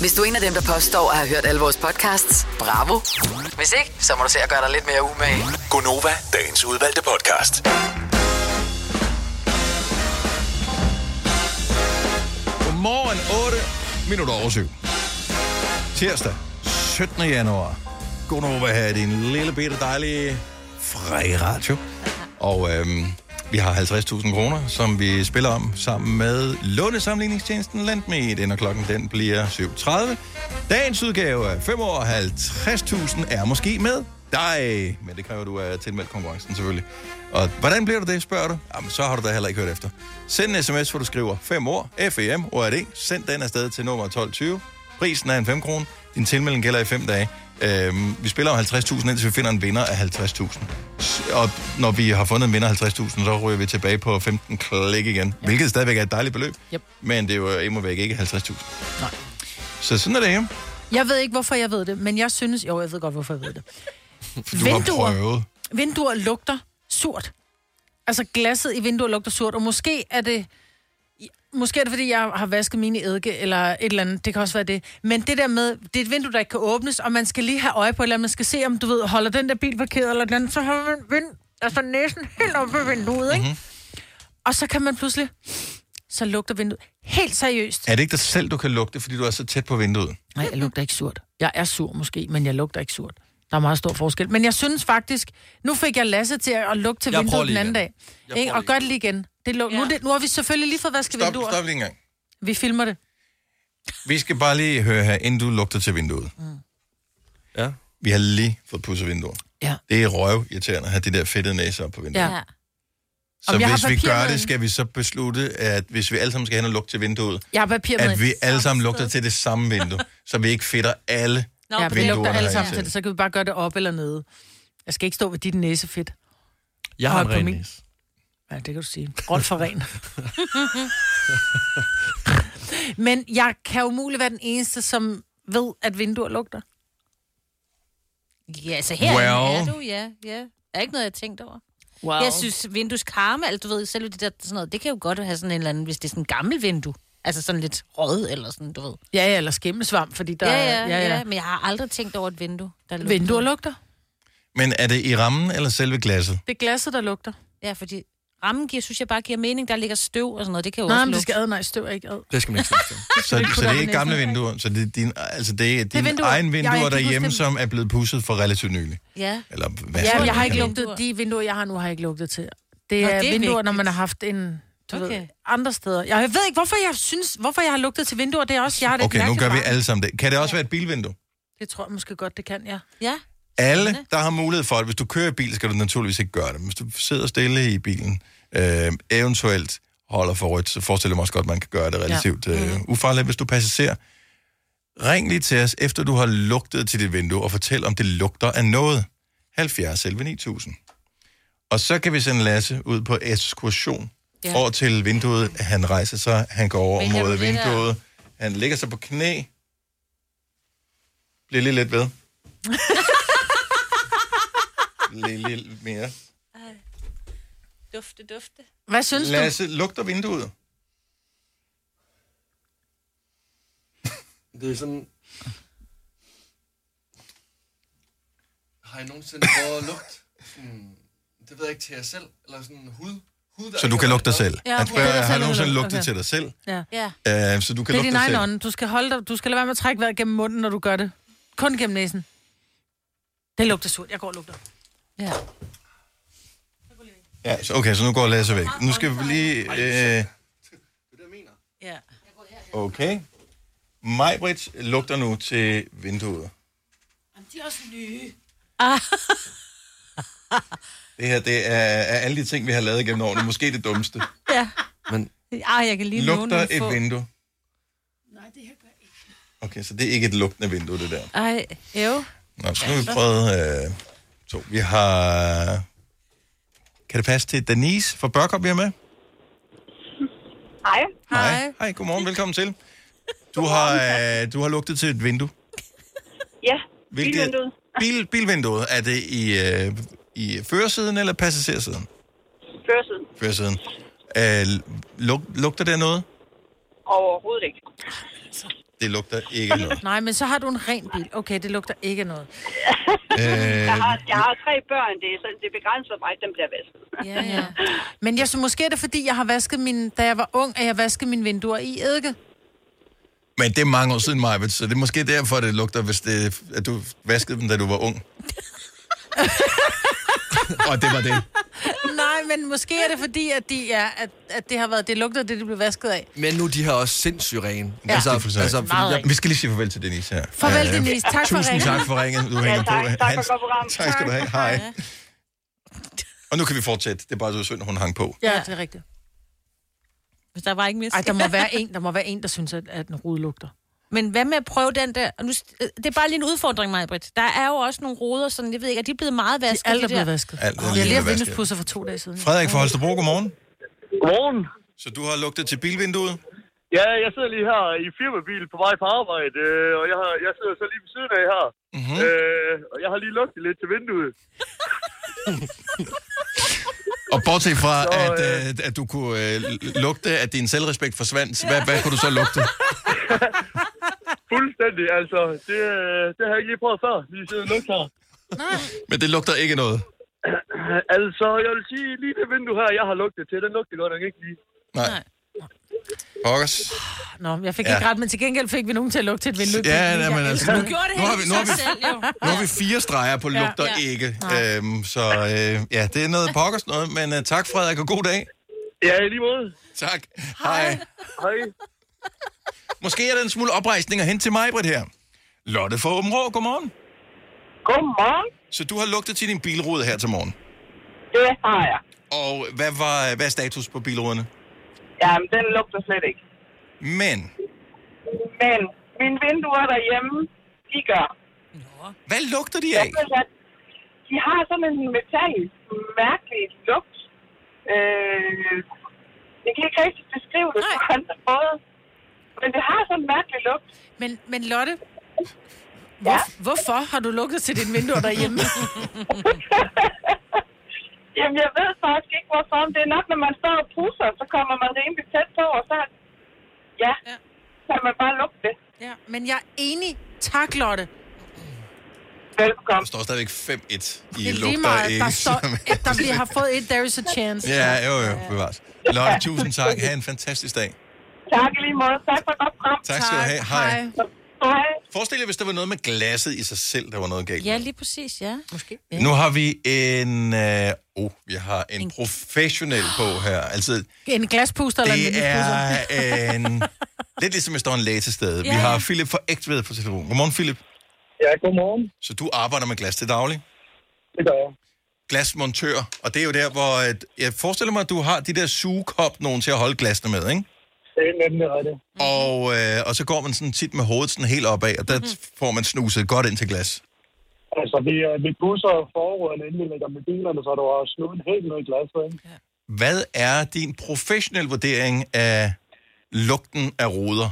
[SPEAKER 6] Hvis du er en af dem, der påstår at have hørt alle vores podcasts, bravo. Hvis ikke, så må du se at gøre dig lidt mere umage.
[SPEAKER 17] Gonova, dagens udvalgte podcast.
[SPEAKER 1] Godmorgen 8 minutter over 7. Tirsdag 17. januar. God over her i din lille bitte dejlige frække radio. Og øhm, vi har 50.000 kroner, som vi spiller om sammen med lånesamligningstjenesten Landmed, inden klokken den bliver 7.30. Dagens udgave af 5 år 50.000 er måske med dig. Men det kræver, at du er tilmeldt konkurrencen selvfølgelig. Og hvordan bliver du det, spørger du? Jamen, så har du da heller ikke hørt efter. Send en sms, hvor du skriver 5 år, FEM, ORD. E Send den afsted til nummer 1220. Prisen er en 5 kroner. Din tilmelding gælder i 5 dage. Øhm, vi spiller om 50.000, indtil vi finder en vinder af 50.000. S- Og når vi har fundet en vinder af 50.000, så ryger vi tilbage på 15 klik igen. Hvilket stadigvæk er et dejligt beløb.
[SPEAKER 2] Yep.
[SPEAKER 1] Men det er jo imod væk ikke 50.000. Nej. Så sådan er det *laughs* jo.
[SPEAKER 2] Jeg ved ikke, hvorfor jeg ved det, men jeg synes... Jo, jeg ved godt, hvorfor jeg ved det.
[SPEAKER 1] Du har prøvet.
[SPEAKER 2] vinduer lugter surt. Altså glasset i vinduer lugter surt, og måske er det... Måske er det, fordi jeg har vasket mine eddike, eller et eller andet. Det kan også være det. Men det der med, det er et vindue, der ikke kan åbnes, og man skal lige have øje på, eller man skal se, om du ved, holder den der bil parkeret, eller den anden, så har man vind, altså næsen helt oppe ved vinduet, ikke? Mm-hmm. Og så kan man pludselig, så lugter vinduet. Helt seriøst.
[SPEAKER 1] Er det ikke dig selv, du kan lugte, fordi du er så tæt på vinduet?
[SPEAKER 2] Nej, jeg lugter ikke surt. Jeg er sur måske, men jeg lugter ikke surt. Der er meget stor forskel. Men jeg synes faktisk, nu fik jeg Lasse til at at lugte til
[SPEAKER 1] Jeg prøver
[SPEAKER 2] vinduet
[SPEAKER 1] lige
[SPEAKER 2] den anden
[SPEAKER 1] igen. Jeg
[SPEAKER 2] dag. Ikke?
[SPEAKER 1] prøver
[SPEAKER 2] Og gør det lige igen. Det lå... ja. nu, er det, nu har vi selvfølgelig lige fået vasket
[SPEAKER 1] Stop,
[SPEAKER 2] vinduer.
[SPEAKER 1] stop lige en gang.
[SPEAKER 2] Vi filmer det.
[SPEAKER 1] Vi skal bare lige høre her, inden du lugter til vinduet. Mm. Ja. Vi har lige fået pudset vinduer.
[SPEAKER 2] Ja.
[SPEAKER 1] Det er røv irriterende at have de der fedtede næser op på vinduet.
[SPEAKER 2] Ja.
[SPEAKER 1] Så
[SPEAKER 2] Om jeg har
[SPEAKER 1] hvis vi
[SPEAKER 2] papir
[SPEAKER 1] gør
[SPEAKER 2] med?
[SPEAKER 1] det, skal vi så beslutte, at hvis vi alle sammen skal hen og lugte til vinduet,
[SPEAKER 2] Jeg har papir med.
[SPEAKER 1] at vi alle sammen lugter til det samme vindue, så vi ikke fedter alle
[SPEAKER 2] Nå,
[SPEAKER 1] ja,
[SPEAKER 2] ja, vi
[SPEAKER 1] vinduerne
[SPEAKER 2] lugter alle sammen
[SPEAKER 1] herinde.
[SPEAKER 2] til det. Så kan vi bare gøre det op eller nede. Jeg skal ikke stå ved dit næsefedt.
[SPEAKER 5] Jeg har
[SPEAKER 2] Og
[SPEAKER 5] en
[SPEAKER 2] på
[SPEAKER 5] ren
[SPEAKER 2] min-
[SPEAKER 5] næse.
[SPEAKER 2] Ja, det kan du sige. Rolf for
[SPEAKER 1] *laughs*
[SPEAKER 2] ren. Men jeg kan umuligt være den eneste, som ved, at vinduer lugter.
[SPEAKER 3] Ja, altså her well.
[SPEAKER 1] Well.
[SPEAKER 3] er du, ja. ja. Der er ikke noget, jeg har tænkt over.
[SPEAKER 2] Wow.
[SPEAKER 3] Jeg synes, vindueskarme, altså du ved, selv det der sådan noget, det kan jo godt have sådan en eller anden, hvis det er sådan en gammel vindue. Altså sådan lidt rød eller sådan, du ved.
[SPEAKER 2] Ja, ja, eller skimmelsvamp, fordi der
[SPEAKER 3] Der,
[SPEAKER 2] er-
[SPEAKER 3] ja, ja, ja, ja, men jeg har aldrig tænkt over et vindue, der lugter.
[SPEAKER 2] Vinduer lugter.
[SPEAKER 1] Men er det i rammen eller selve glasset?
[SPEAKER 2] Det er glasset, der lugter.
[SPEAKER 3] Ja, fordi... Rammen giver, synes jeg bare giver mening. Der ligger støv og sådan noget. Det kan jo
[SPEAKER 2] Nej,
[SPEAKER 3] også
[SPEAKER 2] men det
[SPEAKER 3] lugte.
[SPEAKER 2] skal ad, nej, støv er ikke ad.
[SPEAKER 1] Det skal man ikke synes
[SPEAKER 2] Det
[SPEAKER 1] *laughs* så,
[SPEAKER 2] skal ikke
[SPEAKER 1] så det er
[SPEAKER 2] putte
[SPEAKER 1] ikke
[SPEAKER 2] op i
[SPEAKER 1] gamle
[SPEAKER 2] næsen.
[SPEAKER 1] vinduer, så det er din, altså det er
[SPEAKER 2] er
[SPEAKER 1] din
[SPEAKER 2] vinduer. Jeg-
[SPEAKER 1] egen
[SPEAKER 2] jeg
[SPEAKER 1] vinduer
[SPEAKER 2] kan huske
[SPEAKER 1] derhjemme,
[SPEAKER 2] dem.
[SPEAKER 1] som er blevet pusset for relativt nylig.
[SPEAKER 2] Ja.
[SPEAKER 1] Eller hvad
[SPEAKER 2] Ja,
[SPEAKER 1] skal
[SPEAKER 2] men jeg
[SPEAKER 1] man
[SPEAKER 2] har ikke
[SPEAKER 1] kalde det?
[SPEAKER 2] lugtet, de vinduer, jeg har nu, har jeg ikke lugtet til. Det
[SPEAKER 3] Nå,
[SPEAKER 2] er,
[SPEAKER 3] det er
[SPEAKER 2] det er vinduer, når
[SPEAKER 3] vigtigt.
[SPEAKER 2] man har haft en, du okay.
[SPEAKER 3] Okay.
[SPEAKER 2] ved, andre steder. Jeg ved ikke, hvorfor jeg synes, hvorfor jeg har lugtet til vinduer, det er også, jeg har det
[SPEAKER 1] Okay, nu
[SPEAKER 2] mærkeligt
[SPEAKER 1] gør vi
[SPEAKER 2] barn.
[SPEAKER 1] alle sammen det. Kan det også være et bilvindue?
[SPEAKER 2] Det tror jeg måske godt, det kan, ja.
[SPEAKER 3] Ja.
[SPEAKER 1] Alle, der har mulighed for det. Hvis du kører i bil, skal du naturligvis ikke gøre det. Men Hvis du sidder stille i bilen, øh, eventuelt holder for rødt, så forestiller jeg mig også godt, at man kan gøre det relativt ja. øh, ufarligt. Hvis du passagerer, ring lige til os, efter du har lugtet til dit vindue, og fortæl, om det lugter af noget. 70 11 9000. Og så kan vi sende Lasse ud på ekskursion
[SPEAKER 18] Ja.
[SPEAKER 1] ja. over til vinduet. Han rejser sig, han går over
[SPEAKER 18] Benjamin
[SPEAKER 1] mod
[SPEAKER 18] ligger-
[SPEAKER 1] vinduet, han ligger sig på knæ, bliver lige
[SPEAKER 2] *laughs*
[SPEAKER 1] lidt ved. lidt, lidt mere.
[SPEAKER 3] Dufte, dufte.
[SPEAKER 2] Hvad synes du?
[SPEAKER 1] Lasse, lugter vinduet?
[SPEAKER 5] Det er sådan... Har I nogensinde prøvet at lugte? Sådan, det ved jeg ikke til jer selv, eller sådan hud. hud der
[SPEAKER 1] Så du
[SPEAKER 5] ikke
[SPEAKER 1] kan
[SPEAKER 5] har
[SPEAKER 1] lugte dig
[SPEAKER 5] været
[SPEAKER 1] selv.
[SPEAKER 5] godt.
[SPEAKER 2] Ja,
[SPEAKER 1] Han
[SPEAKER 2] det er
[SPEAKER 1] spørger,
[SPEAKER 2] dig
[SPEAKER 1] har
[SPEAKER 2] selv,
[SPEAKER 1] du nogensinde
[SPEAKER 2] eller-
[SPEAKER 1] lugtet
[SPEAKER 2] okay.
[SPEAKER 1] til dig selv?
[SPEAKER 2] Ja. ja.
[SPEAKER 1] Øh, så du kan
[SPEAKER 2] det er
[SPEAKER 1] lugte
[SPEAKER 2] din
[SPEAKER 1] dig
[SPEAKER 2] egen
[SPEAKER 1] selv.
[SPEAKER 2] ånd. Du skal, holde dig, du skal lade være med at trække vejret gennem munden, når du gør det. Kun gennem næsen. Det lugter surt. Jeg går og lugter. Ja.
[SPEAKER 1] Ja, så, okay, så nu går Lasse væk. Nu skal vi lige... Øh,
[SPEAKER 3] Ja.
[SPEAKER 1] okay. Majbrit lugter nu til vinduet.
[SPEAKER 3] Jamen, de er også nye. Ah.
[SPEAKER 1] Det her, det er af alle de ting, vi har lavet gennem årene, måske det dummeste.
[SPEAKER 3] ja.
[SPEAKER 1] Men
[SPEAKER 3] Ej, jeg kan lige låne
[SPEAKER 1] lugter
[SPEAKER 3] nogle få.
[SPEAKER 1] et vindue. Okay, så det er ikke et lugtende vindue, det der.
[SPEAKER 3] Ej, jo.
[SPEAKER 1] Nå, så nu har vi prøvet øh, to. Vi har... Kan det passe til Denise fra Børkop, vi har med?
[SPEAKER 19] Hej.
[SPEAKER 1] Hej. Hej, godmorgen, velkommen
[SPEAKER 3] *laughs*
[SPEAKER 1] til. Du har, øh, du har lugtet til et vindue.
[SPEAKER 19] Ja,
[SPEAKER 1] Hvilket-
[SPEAKER 19] bilvinduet.
[SPEAKER 1] Bil, bilvinduet, er det i, øh, i førersiden eller passagersiden?
[SPEAKER 19] Førsiden.
[SPEAKER 1] Førersiden. Øh, lug, lugter der noget?
[SPEAKER 19] Overhovedet ikke.
[SPEAKER 1] Det lugter ikke noget.
[SPEAKER 2] *laughs* Nej, men så har du en ren bil. Okay, det lugter ikke af noget.
[SPEAKER 19] Jeg
[SPEAKER 1] Øh,
[SPEAKER 19] har, jeg har tre børn, det, er sådan, det begrænser mig, at dem bliver vasket.
[SPEAKER 2] Ja,
[SPEAKER 19] *laughs*
[SPEAKER 2] ja. Men jeg synes måske er det, fordi jeg har vasket min, da jeg var ung, at jeg vaskede mine vinduer i
[SPEAKER 19] *laughs*
[SPEAKER 2] eddike.
[SPEAKER 1] men det er mange år siden, Majbet, så det er måske derfor, det lugter, hvis det, at du vaskede dem, da du var ung. Og det var det.
[SPEAKER 2] Nej, men måske er det fordi, at, de er, at, at det har været det lugter, det de blev vasket af.
[SPEAKER 5] Men nu er de her også sindssygt rene.
[SPEAKER 1] Ja.
[SPEAKER 5] Altså,
[SPEAKER 1] Det er for
[SPEAKER 5] altså, fordi
[SPEAKER 2] Meget
[SPEAKER 5] jeg,
[SPEAKER 1] Vi skal lige sige farvel til Denise her.
[SPEAKER 2] Farvel,
[SPEAKER 1] Øh,
[SPEAKER 2] Denise. Tak for
[SPEAKER 1] Tusind
[SPEAKER 2] ringen.
[SPEAKER 1] tak for ringen. Du
[SPEAKER 2] Ja,
[SPEAKER 1] hænger
[SPEAKER 2] tak.
[SPEAKER 1] på.
[SPEAKER 2] Tak for
[SPEAKER 1] Hans,
[SPEAKER 2] godt program.
[SPEAKER 1] tak skal du have.
[SPEAKER 2] Tak.
[SPEAKER 1] Hej. Og nu kan vi fortsætte. Det er bare så synd, at hun hang på.
[SPEAKER 2] Ja, det er rigtigt.
[SPEAKER 3] Hvis der var ikke mere
[SPEAKER 2] Ej, der må være en, der må være en, der synes, at, at en rude lugter.
[SPEAKER 3] Men hvad med at prøve den der? Og nu, øh, det er bare lige en udfordring, mig, Britt. Der er jo også nogle roder, sådan, jeg ved ikke, er de blevet meget vasket?
[SPEAKER 2] alt er
[SPEAKER 3] de
[SPEAKER 2] blevet
[SPEAKER 3] der?
[SPEAKER 2] vasket.
[SPEAKER 1] Alt er
[SPEAKER 2] Jeg
[SPEAKER 1] lige
[SPEAKER 2] har lige
[SPEAKER 1] blevet
[SPEAKER 2] haft
[SPEAKER 1] vasket.
[SPEAKER 2] vinduespudser for to dage siden.
[SPEAKER 1] Frederik fra Holstebro, godmorgen.
[SPEAKER 20] Godmorgen.
[SPEAKER 1] Så du har lugtet til bilvinduet?
[SPEAKER 20] Ja, jeg sidder lige her i firmabil på vej på arbejde, øh, og jeg, har, jeg sidder så lige ved siden af her.
[SPEAKER 1] Mm-hmm.
[SPEAKER 20] Øh, og jeg har lige lugtet lidt til
[SPEAKER 3] *laughs*
[SPEAKER 20] vinduet.
[SPEAKER 1] Og bortset fra, at, øh, at du kunne øh, lugte, at din selvrespekt forsvandt, hvad, hvad kunne du så lugte?
[SPEAKER 20] Fuldstændig, altså. Det, øh, det har jeg ikke lige prøvet før, lige siden jeg lugter her.
[SPEAKER 1] Men det lugter ikke noget.
[SPEAKER 20] altså, jeg vil sige, lige det vindue her, jeg har lugtet til, den lugter godt nok ikke lige.
[SPEAKER 1] Nej. Pokkers.
[SPEAKER 2] Nå, jeg fik
[SPEAKER 1] Ja.
[SPEAKER 2] ja. ikke ret, men til gengæld fik vi nogen til at lugte til et vindue.
[SPEAKER 1] Ja, nej, men altså,
[SPEAKER 2] nu,
[SPEAKER 1] nu- nu har vi- nu har vi- Nu har vi fire streger på
[SPEAKER 2] Ja.
[SPEAKER 1] lugter
[SPEAKER 2] Ja.
[SPEAKER 1] ikke. Øhm, så øh, ja, det er noget pokkers noget, men øh, tak Frederik, og god dag.
[SPEAKER 20] Ja, i lige måde.
[SPEAKER 1] Tak. Hej.
[SPEAKER 20] Hej.
[SPEAKER 1] Måske er der en smule oprejsninger hen til mig, Britt, her. Lotte fra Åben Rå, godmorgen.
[SPEAKER 19] Godmorgen.
[SPEAKER 1] Så du har lugtet til din bilrude her til morgen.
[SPEAKER 19] Det har jeg.
[SPEAKER 1] Og hvad, var, hvad er status på bilruderne?
[SPEAKER 19] Jamen, den lugter slet ikke.
[SPEAKER 1] Men,
[SPEAKER 19] Men mine vinduer derhjemme, de gør.
[SPEAKER 1] hvad lugter de af?
[SPEAKER 19] Altså, de har sådan en metallisk, mærkelig lugt. Øh, jeg kan ikke rigtig beskrive det på andre måder. Men det har sådan en mærkelig lugt.
[SPEAKER 2] Men, men Lotte, hvor, ja. hvorfor har du lugtet til dine vinduer derhjemme?
[SPEAKER 19] Jamen, jeg ved faktisk ikke, hvorfor. Men Det er nok, når man står og pusser, så kommer man rimelig tæt på, og så... Ja, ja. så kan man bare lugte det.
[SPEAKER 2] ja, men jeg er enig. Tak, Lotte.
[SPEAKER 1] Velbekomme. Der står stadigvæk 5-1
[SPEAKER 2] Det
[SPEAKER 1] i
[SPEAKER 2] er lige
[SPEAKER 1] lugter
[SPEAKER 2] meget.
[SPEAKER 1] ikke.
[SPEAKER 2] Der
[SPEAKER 1] *laughs*
[SPEAKER 2] står, at der bliver har fået et, there is a chance.
[SPEAKER 1] Ja, jo, jo, bevares. Lotte, tusind tak. Ha' en fantastisk dag.
[SPEAKER 19] Tak i lige måde. Tak for et godt program.
[SPEAKER 1] Tak skal du have. Hej.
[SPEAKER 19] Hej.
[SPEAKER 1] Forestil jer, hvis der var noget med glasset i sig selv, der var noget galt.
[SPEAKER 3] Ja, lige præcis, ja.
[SPEAKER 2] Måske.
[SPEAKER 1] Nu har vi en... Øh, oh, vi har en, professionel på her. Altså,
[SPEAKER 2] En glaspuster eller en
[SPEAKER 1] det er øh,
[SPEAKER 2] vinduespusser.
[SPEAKER 1] en... Lidt ligesom, hvis der er en læge til stede.
[SPEAKER 2] Ja,
[SPEAKER 1] Vi har
[SPEAKER 2] ja.
[SPEAKER 1] Philip fra Ægtved på telefonen. Godmorgen, Philip.
[SPEAKER 18] Ja, godmorgen.
[SPEAKER 1] Så du arbejder med glas til daglig?
[SPEAKER 18] Det gør jeg.
[SPEAKER 1] Glasmontør. Og det er jo der, hvor... At, jeg forestiller mig, at du har de der sugekop nogen til at holde glasene med, ikke?
[SPEAKER 18] Det er nemlig rigtigt.
[SPEAKER 1] Og, øh, og så går man sådan tit med hovedet sådan helt opad, og der
[SPEAKER 2] Mm-hmm.
[SPEAKER 1] får man snuset godt ind til glas.
[SPEAKER 18] Altså, vi, øh, vi busser forruden, inden vi lægger med bilerne, så du har snudt helt ned i glasset, ikke?
[SPEAKER 1] Hvad er din professionelle vurdering af lugten af ruder?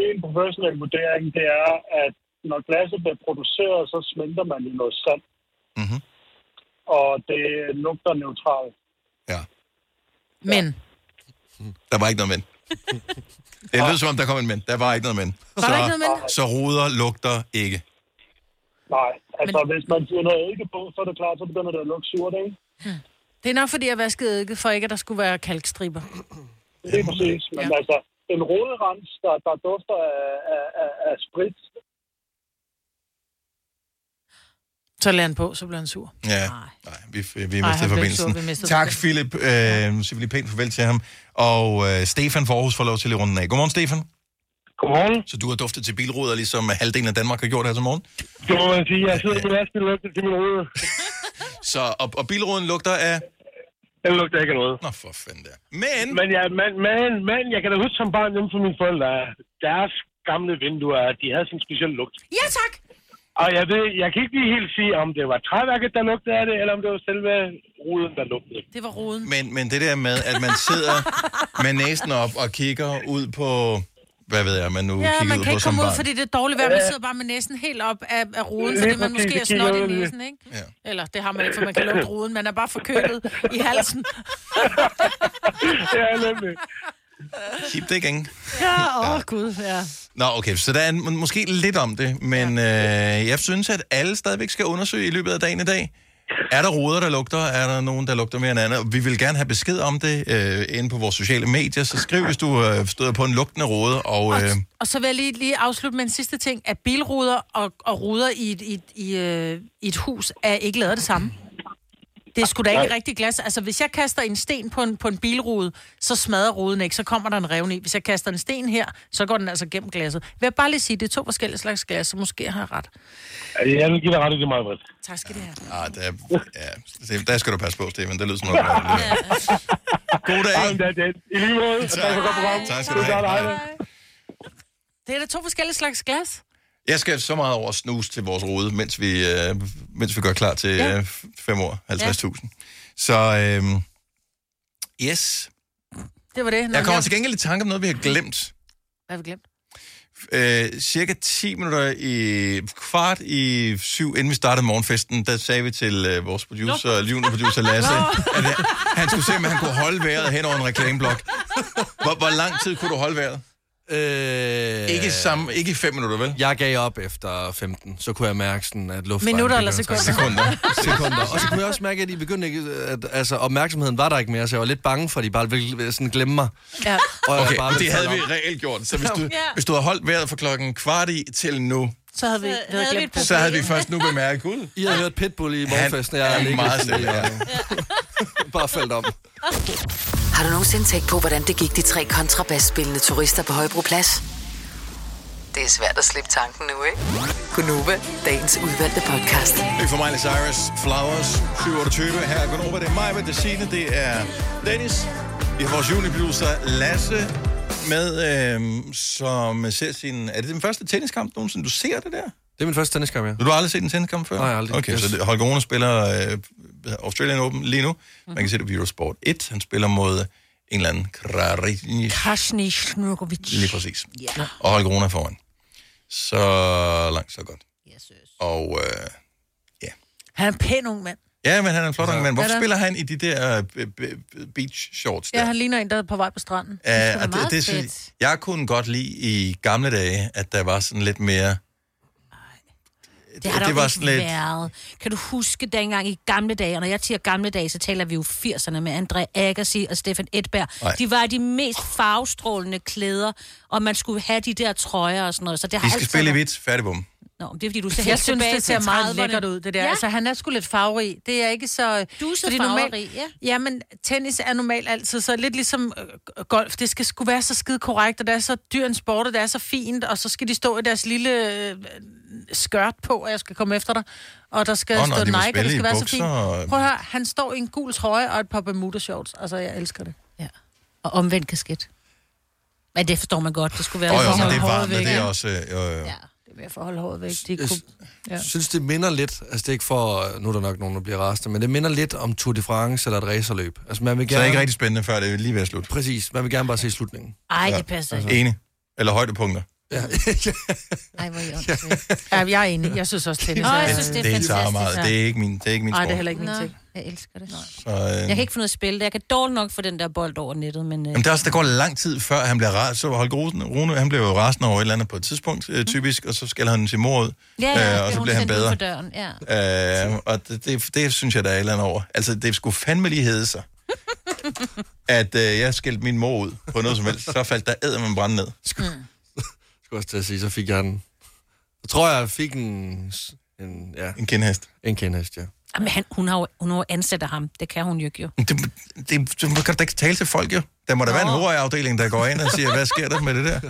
[SPEAKER 18] Min professionelle vurdering, det er, at når glasset bliver produceret, så smelter man i noget sand.
[SPEAKER 1] Mhm.
[SPEAKER 18] Og det lugter neutralt.
[SPEAKER 2] Men.
[SPEAKER 1] Der var ikke noget men. Det lød som om, der kom en men. Der var ikke noget men.
[SPEAKER 18] Var
[SPEAKER 1] så,
[SPEAKER 18] der ikke noget men?
[SPEAKER 1] Så ruder lugter ikke.
[SPEAKER 18] Nej, altså Men... hvis man siger noget eddike på, så er det klart, så begynder det at lugte surt, ikke?
[SPEAKER 2] Det er nok fordi, jeg vaskede eddike, for ikke at der skulle være kalkstriber.
[SPEAKER 18] Det er præcis. Men ja. altså, en roderens, der, der dufter af, af, af, af sprit,
[SPEAKER 2] Så lader han på, så bliver han sur.
[SPEAKER 1] Ja, nej, vi, vi, vi
[SPEAKER 2] Ej,
[SPEAKER 1] mistede
[SPEAKER 2] han blev ikke sur,
[SPEAKER 1] forbindelsen.
[SPEAKER 2] vi mistede
[SPEAKER 1] tak,
[SPEAKER 2] forbindelsen.
[SPEAKER 1] Philip. Øh, nu siger vi lige pænt farvel til ham. Og øh, Stefan Forhus får lov til at lide runden af. Godmorgen, Stefan.
[SPEAKER 18] Godmorgen.
[SPEAKER 1] Så du har duftet til bilruder, ligesom halvdelen af Danmark har gjort her til morgen?
[SPEAKER 18] Det må man sige. Jeg sidder på lastbil og lugter til min rude.
[SPEAKER 1] så, og, og bilruden lugter af?
[SPEAKER 18] Den lugter ikke af noget.
[SPEAKER 1] Nå, for fanden der. Men...
[SPEAKER 18] Men, ja, men, men, men jeg kan da huske som barn hjemme for mine forældre, deres gamle vinduer, de havde sådan en speciel lugt.
[SPEAKER 2] Ja, tak.
[SPEAKER 18] Og jeg ved, jeg kan ikke lige helt sige, om det var træværket, der lugtede af det, eller om det var selve ruden, der lugtede.
[SPEAKER 2] Det var roden.
[SPEAKER 1] Men, men det der med, at man sidder med næsen op og kigger ud på... Hvad ved jeg, man nu
[SPEAKER 2] Ja,
[SPEAKER 1] kigger
[SPEAKER 2] man
[SPEAKER 1] ud
[SPEAKER 2] kan
[SPEAKER 1] på
[SPEAKER 2] ikke
[SPEAKER 1] som
[SPEAKER 2] komme ud,
[SPEAKER 1] barn.
[SPEAKER 2] fordi det er dårligt vejr. Man
[SPEAKER 18] Ja.
[SPEAKER 2] sidder bare med næsen helt op af, af roden,
[SPEAKER 18] Lige
[SPEAKER 2] fordi man
[SPEAKER 18] præcis,
[SPEAKER 2] måske er
[SPEAKER 18] det kigger
[SPEAKER 2] snot i
[SPEAKER 18] ud, ja.
[SPEAKER 2] næsen, ikke? Eller det har man ikke, for man kan lugte roden. Man er bare forkølet i halsen.
[SPEAKER 18] ja, nemlig.
[SPEAKER 1] Hip det igen.
[SPEAKER 2] Ja, *laughs* åh oh, gud, ja.
[SPEAKER 1] Nå, okay, så der er en- måske lidt om det, men øh, jeg synes, at alle stadigvæk skal undersøge i løbet af dagen i dag. Er der ruder, der lugter? Er der nogen, der lugter mere end andet? Vi vil gerne have besked om det øh, inde på vores sociale medier, så skriv, hvis du øh, støder på en lugtende rode. Og, øh,
[SPEAKER 2] Og så vil jeg lige, lige afslutte med en sidste ting, at bilruder og, og ruder i et, i, et, i, øh, i et hus er ikke lavet det samme. Det er sgu da ikke
[SPEAKER 3] Nej.
[SPEAKER 2] rigtig glas. Altså, hvis jeg kaster en sten på en, på en bilrude, så smadrer ruden ikke, så kommer der en revne i. Hvis jeg kaster en sten her, så går den altså gennem glasset. Vil jeg bare lige sige, det er to forskellige slags glas, så måske har jeg ret.
[SPEAKER 18] Jeg vil give dig ret i det meget bredt.
[SPEAKER 2] Tak skal du have.
[SPEAKER 1] ah, der, ja, det- der skal du passe på, Stefan. Det lyder som noget. Ja. God dag.
[SPEAKER 18] Jamen, det er det. I lige måde. og Tak for godt program.
[SPEAKER 1] Tak skal du have.
[SPEAKER 2] Det er da to forskellige slags glas.
[SPEAKER 1] Jeg skal så meget over snus til vores rode, mens vi, øh, mens vi gør klar til
[SPEAKER 2] Ja.
[SPEAKER 1] øh, 5 år, 50.000. Så øh, yes.
[SPEAKER 2] Det var det. Nå,
[SPEAKER 1] Jeg kommer til gengæld i tanke om noget, vi har glemt.
[SPEAKER 2] Hvad har vi glemt?
[SPEAKER 1] Øh, cirka 10 minutter i kvart i syv, inden vi startede morgenfesten, der sagde vi til øh, vores producer, livende producer Lasse, at øh, han skulle se, om han kunne holde vejret hen over en reklameblok. Hvor, hvor lang tid kunne du holde vejret?
[SPEAKER 5] Øh,
[SPEAKER 1] Ikke samme, ikke fem minutter, vel?
[SPEAKER 5] Jeg gav op efter 15, så kunne jeg mærke sådan, at luften...
[SPEAKER 2] Minutter eller sekunder?
[SPEAKER 5] Sekunder. sekunder. Og så kunne jeg også mærke, at I begyndte ikke... At, altså, opmærksomheden var der ikke mere, så jeg var lidt bange for, at I bare ville ville sådan glemme mig.
[SPEAKER 2] Ja.
[SPEAKER 5] Og jeg
[SPEAKER 1] Okay,
[SPEAKER 5] bare ville
[SPEAKER 1] det havde vi
[SPEAKER 5] falde om.
[SPEAKER 1] reelt gjort. Så hvis du,
[SPEAKER 5] Ja.
[SPEAKER 1] hvis du havde holdt vejret fra klokken kvart i til nu,
[SPEAKER 2] Så havde vi, vi havde glemt det.
[SPEAKER 1] så havde vi først nu bemærket, gud.
[SPEAKER 5] I havde hørt Pitbull i morgenfesten, og jeg
[SPEAKER 1] er
[SPEAKER 5] havde ligget
[SPEAKER 1] meget
[SPEAKER 5] sådan,
[SPEAKER 1] stille,
[SPEAKER 5] ja. bare faldt om.
[SPEAKER 6] Har du nogensinde tænkt på, hvordan det gik de tre kontrabasspillende turister på Højbroplads? Det er svært at slippe tanken nu, ikke? Gunova, dagens udvalgte podcast.
[SPEAKER 1] Det er for Miley Cyrus, Flowers, 728. Her er Gunnova, det er mig, det er Signe, det er Dennis. Vi har vores juniorproducer Lasse med, øhm, som ser sin... Er det den første tenniskamp nogensinde? Du ser det der?
[SPEAKER 5] Det er min første tenniskamp, ja.
[SPEAKER 1] Du har aldrig set en tenniskamp før?
[SPEAKER 5] Nej, aldrig.
[SPEAKER 1] Okay,
[SPEAKER 5] Yes.
[SPEAKER 1] så det- Holger Rune spiller øh, Australian Open lige nu. Man kan se det på Eurosport 1. Han spiller mod en eller anden Krarinic.
[SPEAKER 2] Karsni Snurkovic.
[SPEAKER 1] Lige præcis.
[SPEAKER 2] Ja.
[SPEAKER 1] Og Holger Rune er foran. Så langt, så godt. Yes, Og øh,
[SPEAKER 2] Han er en pæn ung mand.
[SPEAKER 1] Ja, men han er en flot ung mand.
[SPEAKER 2] Er
[SPEAKER 1] Hvorfor
[SPEAKER 2] der-
[SPEAKER 1] spiller han i de der øh, b- b- beach shorts der?
[SPEAKER 2] Ja, han ligner en, der er på vej på stranden.
[SPEAKER 1] Øh,
[SPEAKER 2] er sgu da
[SPEAKER 1] og
[SPEAKER 2] meget
[SPEAKER 1] synes-
[SPEAKER 2] fedt.
[SPEAKER 1] jeg kunne godt lide i gamle dage, at der var sådan lidt mere...
[SPEAKER 3] Det har der
[SPEAKER 1] det
[SPEAKER 3] jo
[SPEAKER 1] var
[SPEAKER 3] ikke
[SPEAKER 1] sådan lidt-
[SPEAKER 3] været. Kan du huske dengang i gamle dage, og når jeg siger gamle dage, så taler vi jo 80'erne med André Agassi og Stefan Edberg.
[SPEAKER 1] Nej.
[SPEAKER 3] De var i de mest farvestrålende klæder, og man skulle have de der trøjer og sådan noget. Så det har
[SPEAKER 1] De skal
[SPEAKER 3] altid
[SPEAKER 1] spille
[SPEAKER 3] været-
[SPEAKER 1] i hvidt, færdig bum.
[SPEAKER 3] Nå, men det er fordi, du ser
[SPEAKER 2] Jeg
[SPEAKER 3] helt
[SPEAKER 2] synes,
[SPEAKER 3] tilbage
[SPEAKER 2] det ser
[SPEAKER 3] til
[SPEAKER 2] meget
[SPEAKER 3] 30'erne.
[SPEAKER 2] lækkert ud, det der. Ja.
[SPEAKER 3] Ja.
[SPEAKER 2] Altså, han er sgu lidt farverig. Det er ikke så... Du
[SPEAKER 3] så farverig, ja.
[SPEAKER 2] Ja, men tennis er normalt altid så lidt ligesom øh, golf. Det skal sgu være så skide korrekt, og det er så dyr en sport, og det er så fint, og så skal de stå i deres lille øh, skørt på, og jeg skal komme efter dig. Og der skal
[SPEAKER 1] Åh,
[SPEAKER 2] oh,
[SPEAKER 1] nå,
[SPEAKER 2] stå
[SPEAKER 1] de
[SPEAKER 2] Nike,
[SPEAKER 1] må
[SPEAKER 2] og
[SPEAKER 1] spille
[SPEAKER 2] det
[SPEAKER 1] i
[SPEAKER 2] skal være så
[SPEAKER 1] bukser
[SPEAKER 2] fint.
[SPEAKER 1] og-
[SPEAKER 2] Prøv at høre, han står i en gul trøje og et par Bermuda shorts. Altså, jeg elsker det.
[SPEAKER 3] Ja. Og omvendt kasket. Men det forstår man godt. Det skulle være...
[SPEAKER 1] Åh, jo,
[SPEAKER 3] ligesom
[SPEAKER 1] men det er
[SPEAKER 3] håret
[SPEAKER 1] varmt, og
[SPEAKER 3] væk,
[SPEAKER 1] det er
[SPEAKER 3] ikke?
[SPEAKER 1] også... Øh, jo, jo.
[SPEAKER 2] Det er mere for at holde håret væk. De
[SPEAKER 5] Jeg
[SPEAKER 2] kunne... Ja.
[SPEAKER 5] Jeg synes, det minder lidt, altså det er ikke for, nu er der nok nogen, der bliver rasende, men det minder lidt om Tour de France eller et racerløb. Altså man
[SPEAKER 1] Så
[SPEAKER 5] vil gerne...
[SPEAKER 1] det er ikke rigtig spændende, før det er lige ved at slutte.
[SPEAKER 5] Præcis, man vil gerne bare se slutningen.
[SPEAKER 3] Ej, det passer ikke.
[SPEAKER 1] Ene. Eller højdepunkter.
[SPEAKER 5] Ja.
[SPEAKER 3] Ej, hvor er I åndssvagt.
[SPEAKER 2] Ja, jeg er enig. Jeg synes også, tennis
[SPEAKER 3] Nå, jeg
[SPEAKER 2] er-
[SPEAKER 3] synes, det er
[SPEAKER 1] det tager
[SPEAKER 3] fantastisk,
[SPEAKER 1] meget.
[SPEAKER 3] ja.
[SPEAKER 1] Det er ikke min, det er ikke min
[SPEAKER 2] Nej, det er
[SPEAKER 1] sport.
[SPEAKER 2] heller ikke min
[SPEAKER 3] Nå,
[SPEAKER 2] ting.
[SPEAKER 3] Jeg elsker det.
[SPEAKER 1] Så,
[SPEAKER 3] Jeg
[SPEAKER 1] øh,
[SPEAKER 3] kan ikke finde ud af at spille det. Jeg kan dårligt nok få den der bold over nettet, men... Øh,
[SPEAKER 1] Jamen, der, er også, der går lang tid, før han bliver rast. Så Holger Rune, Rune, han bliver jo rasende over et eller andet på et tidspunkt,
[SPEAKER 3] Mm.
[SPEAKER 1] øh, typisk, og så skal han sin mor ud, øh, og så
[SPEAKER 3] hun
[SPEAKER 1] bliver
[SPEAKER 3] sendt
[SPEAKER 1] han
[SPEAKER 3] ud
[SPEAKER 1] bedre.
[SPEAKER 3] For døren. Ja.
[SPEAKER 1] Øh, og det, det, det synes jeg, der er et eller andet over. Altså, det skulle fandme lige
[SPEAKER 3] *laughs*
[SPEAKER 1] hedde sig, at øh, jeg skældte min mor ud på noget som helst. Så faldt der æd med brand ned. Mm.
[SPEAKER 5] skulle også til at sige, så fik jeg den. Jeg tror, jeg fik en... s- En, ja.
[SPEAKER 1] en kendhest.
[SPEAKER 5] En kendhest, ja.
[SPEAKER 3] Jamen, han, hun, har jo, hun har jo ansat af ham. Det kan hun jo ikke jo.
[SPEAKER 1] Det, det, det man kan da ikke tale til folk, jo. Der må da være en HR-afdeling, der går ind og siger, hvad sker der med det der?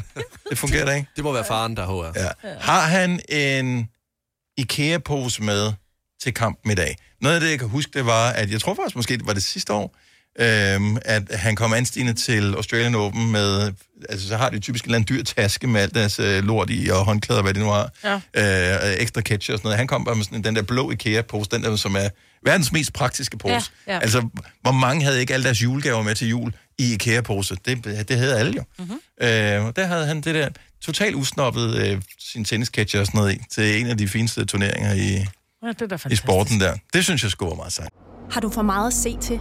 [SPEAKER 1] Det fungerer da ikke.
[SPEAKER 5] Det må være faren, der er HR.
[SPEAKER 1] Ja. Har han en IKEA-pose med til kampen i dag? Noget af det, jeg kan huske, det var, at jeg tror faktisk måske, det var det sidste år, øhm, at han kom anstigende til Australian Open med, altså så har de typisk en eller anden dyr taske med alt deres øh, lort i, og håndklæder, hvad det nu har,
[SPEAKER 2] Ja.
[SPEAKER 1] øh, og ekstra ketchup og sådan noget. Han kom bare med sådan, den der blå IKEA-pose, den der, som er verdens mest praktiske pose.
[SPEAKER 2] Ja, ja.
[SPEAKER 1] Altså, hvor mange havde ikke alle deres julegaver med til jul i IKEA-pose? Det, det havde alle jo.
[SPEAKER 2] Mhm.
[SPEAKER 1] Øh, og der havde han det der totalt usnoppet øh, sin tennisketcher og sådan noget i, til en af de fineste turneringer i,
[SPEAKER 2] Ja, det er da
[SPEAKER 1] i
[SPEAKER 2] fantastisk.
[SPEAKER 1] sporten der. Det synes jeg skulle være meget sejt.
[SPEAKER 14] Har du for meget at se til?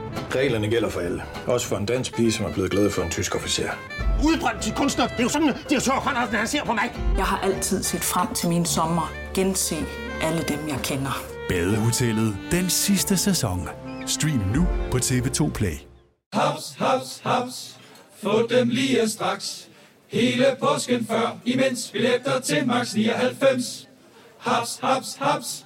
[SPEAKER 10] Reglerne gælder for alle. Også for en dansk pige, som er blevet glad for en tysk officer.
[SPEAKER 9] Udbrændt til kunstner. Det er jo sådan, at de har tørt, Conradsen, han ser på mig.
[SPEAKER 11] Jeg har altid set frem til min sommer, gense alle dem, jeg kender.
[SPEAKER 15] Badehotellet den sidste sæson. Stream nu på TV2 Play.
[SPEAKER 16] Haps, haps, haps. Få dem lige straks. Hele påsken før, imens billetter til max 99. Haps, haps, haps.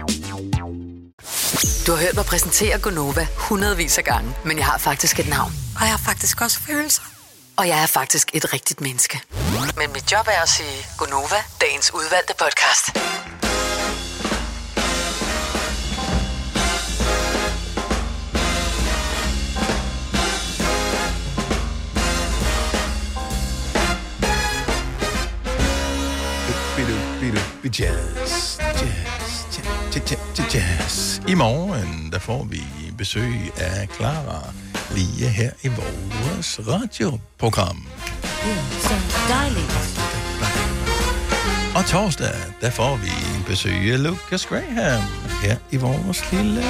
[SPEAKER 6] Du har hørt mig præsentere Gonova hundredvis af gange, men jeg har faktisk et navn. Og jeg har faktisk også følelser. Og jeg er faktisk et rigtigt menneske. Men mit job er at sige Gonova, dagens udvalgte podcast.
[SPEAKER 1] Bidu, bidu, bidu, Jazz, jazz, jazz, jazz, jazz. I morgen, der får vi besøg af Clara lige her i vores radioprogram.
[SPEAKER 3] Det er så dejligt.
[SPEAKER 1] Og torsdag, der får vi besøg af Lucas Graham her i vores lille